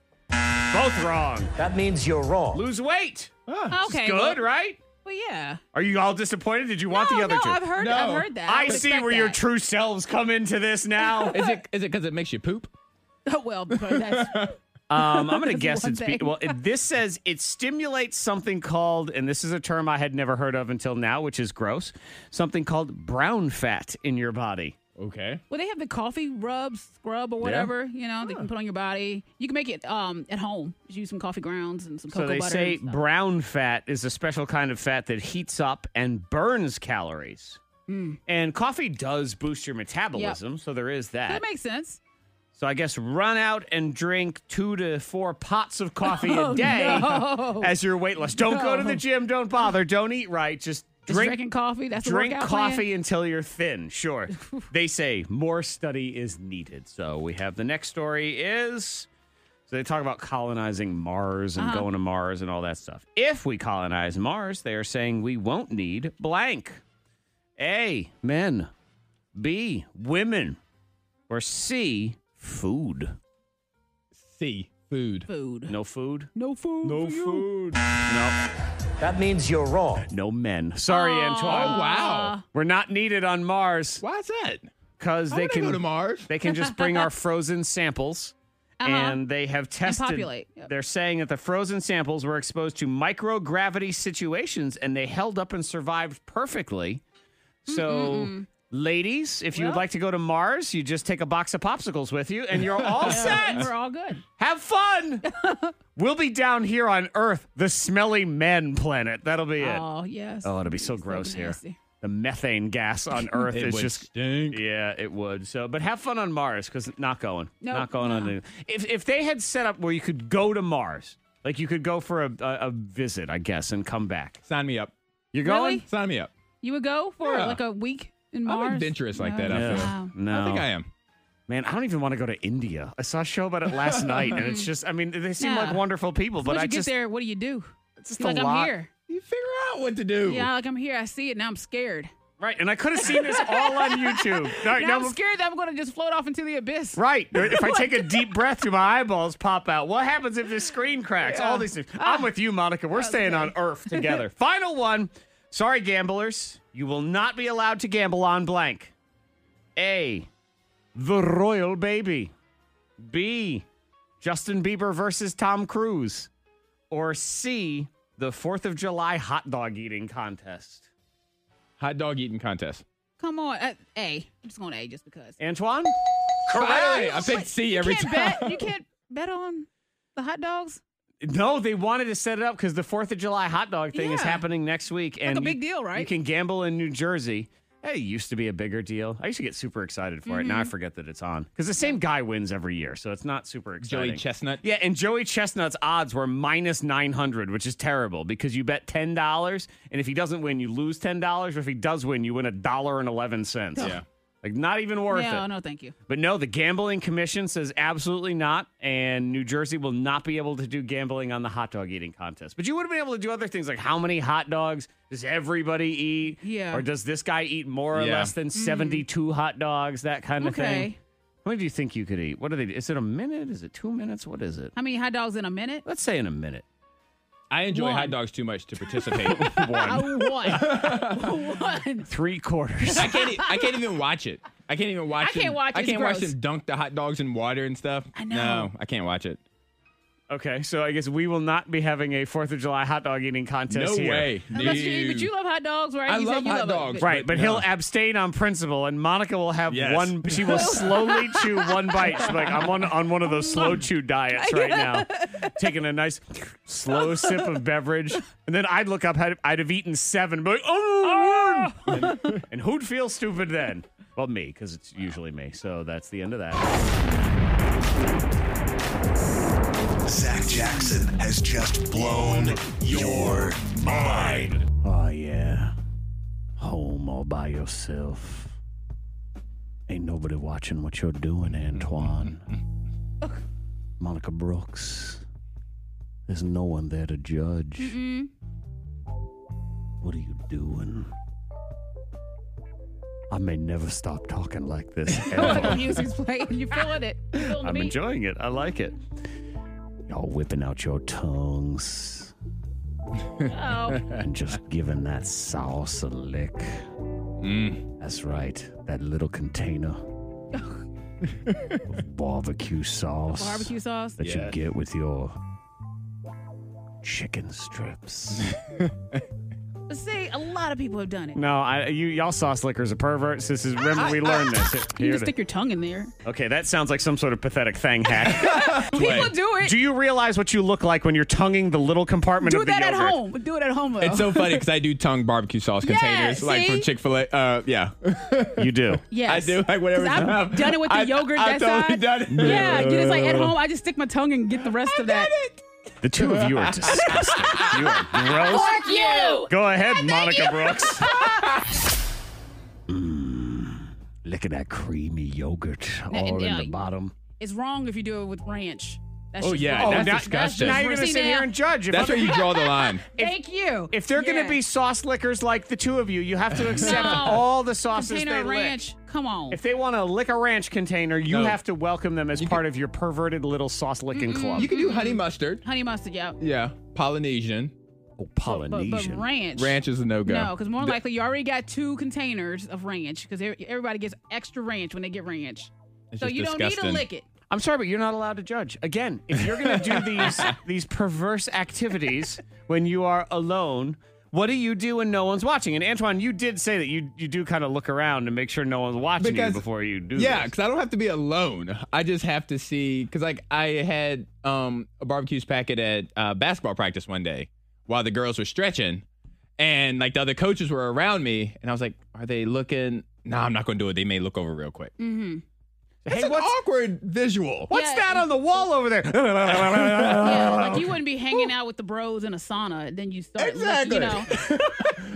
Both wrong. That means you're wrong. Lose weight.
okay.
good,
well-
right?
Well, yeah.
Are you all disappointed? Did you want
No,
the other
no,
two?
I've heard- I've No. heard that. I
I,
would
see
expect
where your
that.
true selves come into this now.
Is it is it because it makes you poop?
well, but that's
Um, I'm going to
That's
guess
one
it's be-
thing.
well. It, this says it stimulates something called, and this is a term I had never heard of until now, which is gross. Something called brown fat in your body.
Okay.
well, they have the coffee rubs, scrub, or whatever. You know, they can put on your body. You can make it um at home. Just use some coffee grounds and some cocoa
So they
butter.
say
and stuff.
brown fat is a special kind of fat that heats up and burns calories.
Mm.
And coffee does boost your metabolism, so there is
that
that.
makes sense.
so I guess run out and drink two to four pots of coffee
Oh,
a day
no.
as you're weight loss. Don't go to the
No.
gym. Don't bother. Don't eat right. Just
Just
drink
drinking coffee. That's
drink
the workout plan?
coffee until you're thin. Sure. they say more study is needed. So we have the next story is so they talk about colonizing Mars and
Uh-huh.
going to Mars and all that stuff. If we colonize Mars, they are saying we won't need blank. A, men. B, women. Or C, food.
C, food.
Food.
No food?
No food. No
food. No. That means you're wrong. No men. Sorry, Antoine.
Oh, wow.
We're not needed on Mars.
Why is that?
Because
Why
they
would I
can
go to Mars?
They can just bring our frozen samples,
Uh-huh.
and they have tested.
populate. Yep.
They're saying that the frozen samples were exposed to microgravity situations, and they held up and survived perfectly. So. Ladies, if you would
Well.
like to go to Mars, you just take a box of popsicles with you and you're all
Yeah,
set.
We're all good.
Have fun. we'll be down here on Earth, the smelly men planet. That'll be it.
Oh yes.
Oh, it'd be so gross here.
nasty.
The methane gas on Earth
It
is
would
just Yeah, it would. So, but have fun on Mars because not going,
Nope,
not going on.
no.
any- If if they had set up where you could go to Mars, like you could go for a a, a visit, I guess, and come back.
Sign me up.
You're
Really?
going?
Sign me up.
You would go for
Yeah.
like a week in
I'm
Mars.
adventurous like that, I
No.
feel.
Wow.
No,
I think I am.
Man, I don't even want to go to India. I saw a show about it last night, and it's just, I mean, they seem
Yeah.
like wonderful people,
Once
but
you
I
get
just
there, what do you do? It's
just a
like
lot.
I'm here.
You figure out what to do.
Yeah, like I'm here. I see it now. I'm scared.
right. And I could have seen this all on YouTube. All right,
now,
now
I'm
bef-
scared that I'm going to just float off into the abyss.
Right. If I take a deep breath, do my eyeballs pop out? What happens if this screen cracks? All these things. I'm with you, Monica. We're staying on Earth together. Final one. Sorry, gamblers. You will not be allowed to gamble on blank. A. The Royal Baby. B. Justin Bieber versus Tom Cruise. Or C. The 4th of July hot dog eating contest.
Hot dog eating contest.
Come on. Uh, a. I'm just going to A just because.
Antoine?
Correct. I picked C every
you can't
time.
bet. You can't bet on the hot dogs.
No, they wanted to set it up because the Fourth of July hot dog thing is
Yeah.
happening next week, and
a big
you-
deal, right?
You can gamble in New Jersey. Hey, It used to be a bigger deal. I used to get super excited for it. Now I
Mm-hmm.
forget that it's on because the same guy wins every year, so it's not super exciting.
Joey Chestnut.
Yeah, and Joey Chestnut's odds were minus nine hundred, which is terrible because you bet ten dollars, and if he doesn't win, you lose ten dollars. Or if he does win, you win a dollar and eleven cents.
Yeah.
like not even worth
no,
it.
no, thank you.
But no, the gambling commission says absolutely not, and New Jersey will not be able to do gambling on the hot dog eating contest. But you would have been able to do other things like how many hot dogs does everybody eat?
Yeah. Mm.
Or does this guy eat more or
Yeah.
less than 72 hot dogs? That kind of thing.
Okay.
How many do you think you could eat? What are they? Is it a minute? Is it two minutes? What is it?
How many hot dogs in a minute?
Let's say in a minute.
I enjoy
One.
hot dogs too much to participate.
Uh,
One.
one. one.
Three quarters.
I can't. e- I can't even watch it. I can't even watch.
I can't
them-
watch it.
I
It's
can't watch
gross.
them dunk the hot dogs in water and stuff.
I know.
No, I can't watch it.
Okay, so I guess we will not be having a 4th of July hot dog eating contest
No
here.
way.
Unless you, eat- but
Dude.
you love hot dogs, right?
I
you
love
said you
hot
love it,
dogs.
but-
Right, but
But
he'll
no.
abstain on principle, and Monica will have
Yes.
one. She will slowly chew one bite. She's like, I'm on on one of those slow chew diets right now, taking a nice slow sip of beverage, and then I'd look up, I'd, I'd have eaten seven, but oh, and, and who'd feel stupid then? Well, me, because it's usually me. So that's the end of that.
Zach Jackson has just blown your mind.
Oh yeah, home all by yourself. Ain't nobody watching what you're doing, Antoine. Monica Brooks. There's no one there to judge. What are you doing? I may never stop talking like this.
the
ever.
music's playing. You're feeling it. You're feeling the
I'm
beat.
enjoying it. I like it. Y'all whipping out your tongues
Oh.
and just giving that sauce a lick. That's right. That little container of barbecue sauce.
Barbecue sauce?
That you
Yes.
get with your chicken strips.
See, a lot of people have done it.
no, I, you, y'all sauce lickers are perverts. This is, remember, we learned this. It-
You
here
can
it
stick your tongue in there.
Okay, that sounds like some sort of pathetic thing hack.
People do it.
Do you realize what you look like when you're tonguing the little compartment
Do
of the
that at
yogurt?
home. Do it at home. Though.
It's so funny because I do tongue barbecue sauce
Yeah,
containers, like
see?
from Chick Fil A. Uh, yeah,
you do.
Yes.
I do. Like whatever.
'Cause I've done it with the yogurt.
I've
that's
totally
side.
done it.
Yeah, you just like at home. I just stick my tongue and get the rest of that.
The two of you are disgusting. you are gross.
Fork you!
Go ahead, Monica Brooks. Mmm. Look at that creamy yogurt
Yeah,
all in
yeah.
the bottom.
It's wrong if you do it with ranch. That's
Oh,
just
yeah,
wrong.
that's Oh, now- disgusting. now you're gonna
See,
sit here
now-
and judge if
That's where you draw the line.
Thank you.
If they're going to be sauce lickers like the two of you, you have to accept
No.
all the sauces
Container
they lick.
ranch. Come on.
If they want to lick a ranch container, you
No.
have to welcome them as part of your perverted little sauce licking club.
You can do honey mustard.
Honey mustard, yeah.
Yeah, Polynesian.
Oh,
But, but ranch.
Ranch is a no go.
No, because more likely you already got two containers of ranch because everybody gets extra ranch when they get ranch.
It's
so
just
you don't
disgusting.
need to lick it.
I'm sorry, but you're not allowed to judge. Again, if you're going to do these these perverse activities when you are alone, what do you do when no one's watching? And Antoine, you did say that you you do kind of look around and make sure no one's watching
Because-
you before you do.
Yeah,
this.
because I don't have to be alone. I just have to see because like I had um a barbecues packet at uh, basketball practice one day while the girls were stretching, and like the other coaches were around me, and I was like, "Are they looking?" No, I'm not going to do it. They may look over real quick.
Mm-hmm.
It's an awkward visual.
What's that on the wall over there? Ah.
Yeah, like you wouldn't be hanging out with the bros in a sauna. Then you start, licking,
Exactly.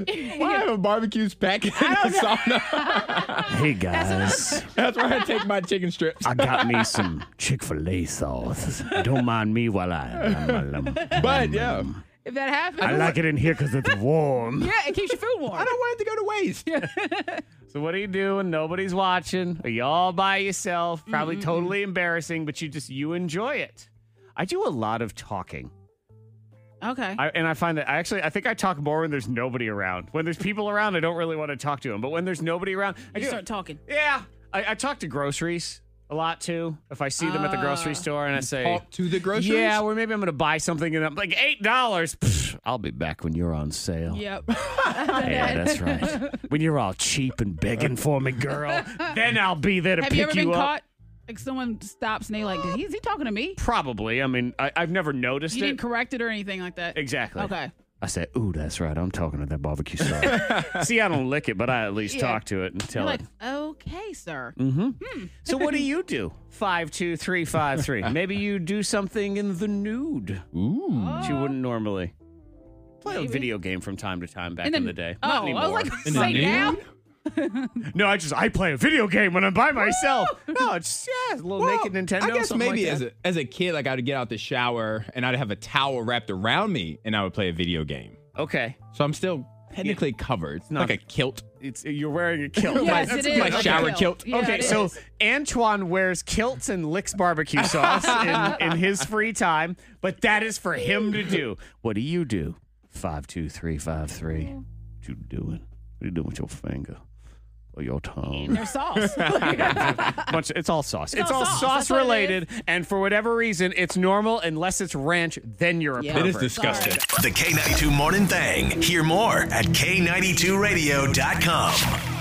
you know.
Why have a barbecues packet in the sauna?
hey guys,
That's where I take my chicken strips.
I got me some Chick Fil A sauce. Don't mind me while I.
But yeah,
if that happens,
I like it in here because it's warm.
Yeah, it keeps your food warm.
I don't want it to go to waste.
So what do you do when nobody's watching? Are you all by yourself? Probably totally embarrassing, but you just you enjoy it. Mm-hmm. I do a lot of talking.
Okay.
I, and I find that I actually I think I talk more when there's nobody around. When there's people around, I don't really want to talk to them. But when there's nobody around, I
you
do.
start talking.
yeah, I, I talk to groceries a lot too. If I see them at the
Ah.
grocery store and I say
Talk to the groceries.
Yeah, or maybe I'm going to buy something and I'm like eight dollars. I'll be back when you're on sale.
Yep.
Yeah, that's right. When you're all cheap and begging for me, girl, then I'll be there to
Have
pick
you ever been
up.
caught? Like someone stops and they like, "Did he- is he talking to me?
Probably. I mean, I, I've never noticed
You
it.
didn't correct it or anything like that.
exactly.
Okay.
I said, "Ooh, that's right. I'm talking to that barbecue sauce." See, I don't lick it, but I at least
Yeah.
talk to it and tell
You're like,
it.
okay, sir.
Mm-hmm. So, what do you do? Five, two, three, five, three. Maybe you do something in the nude.
Ooh.
Which you wouldn't normally. Play a video game from time to time back in,
In the-
the day.
Oh,
Not
I was
anymore.
like, right now?
No, I just I play a video game when I'm by myself. no, it's just yeah, a little naked Nintendo.
I guess
something
maybe
like
as a, as a kid, like I would get out the shower and I'd have a towel wrapped around me and I would play a video game.
a okay.
So I'm still technically covered. It's
not-
like a kilt.
It's you're wearing a kilt.
Yes, it is
my
a
shower kilt.
Yeah,
okay,
it
so
is.
Antoine wears kilts and licks barbecue sauce in, in his free time, but that is for him to do. What do you do? Five two three five three. What you doing? What you doing with your finger or your tongue?
Their sauce.
Bunch- it's all sauce. It's,
all
all
sauce.
sauce,
That's what it
related, and for whatever reason, it's normal unless it's ranch. Then you're a
Yeah.
pervert.
It is disgusting.
The K92 Morning Thing. Hear more at K92Radio.com.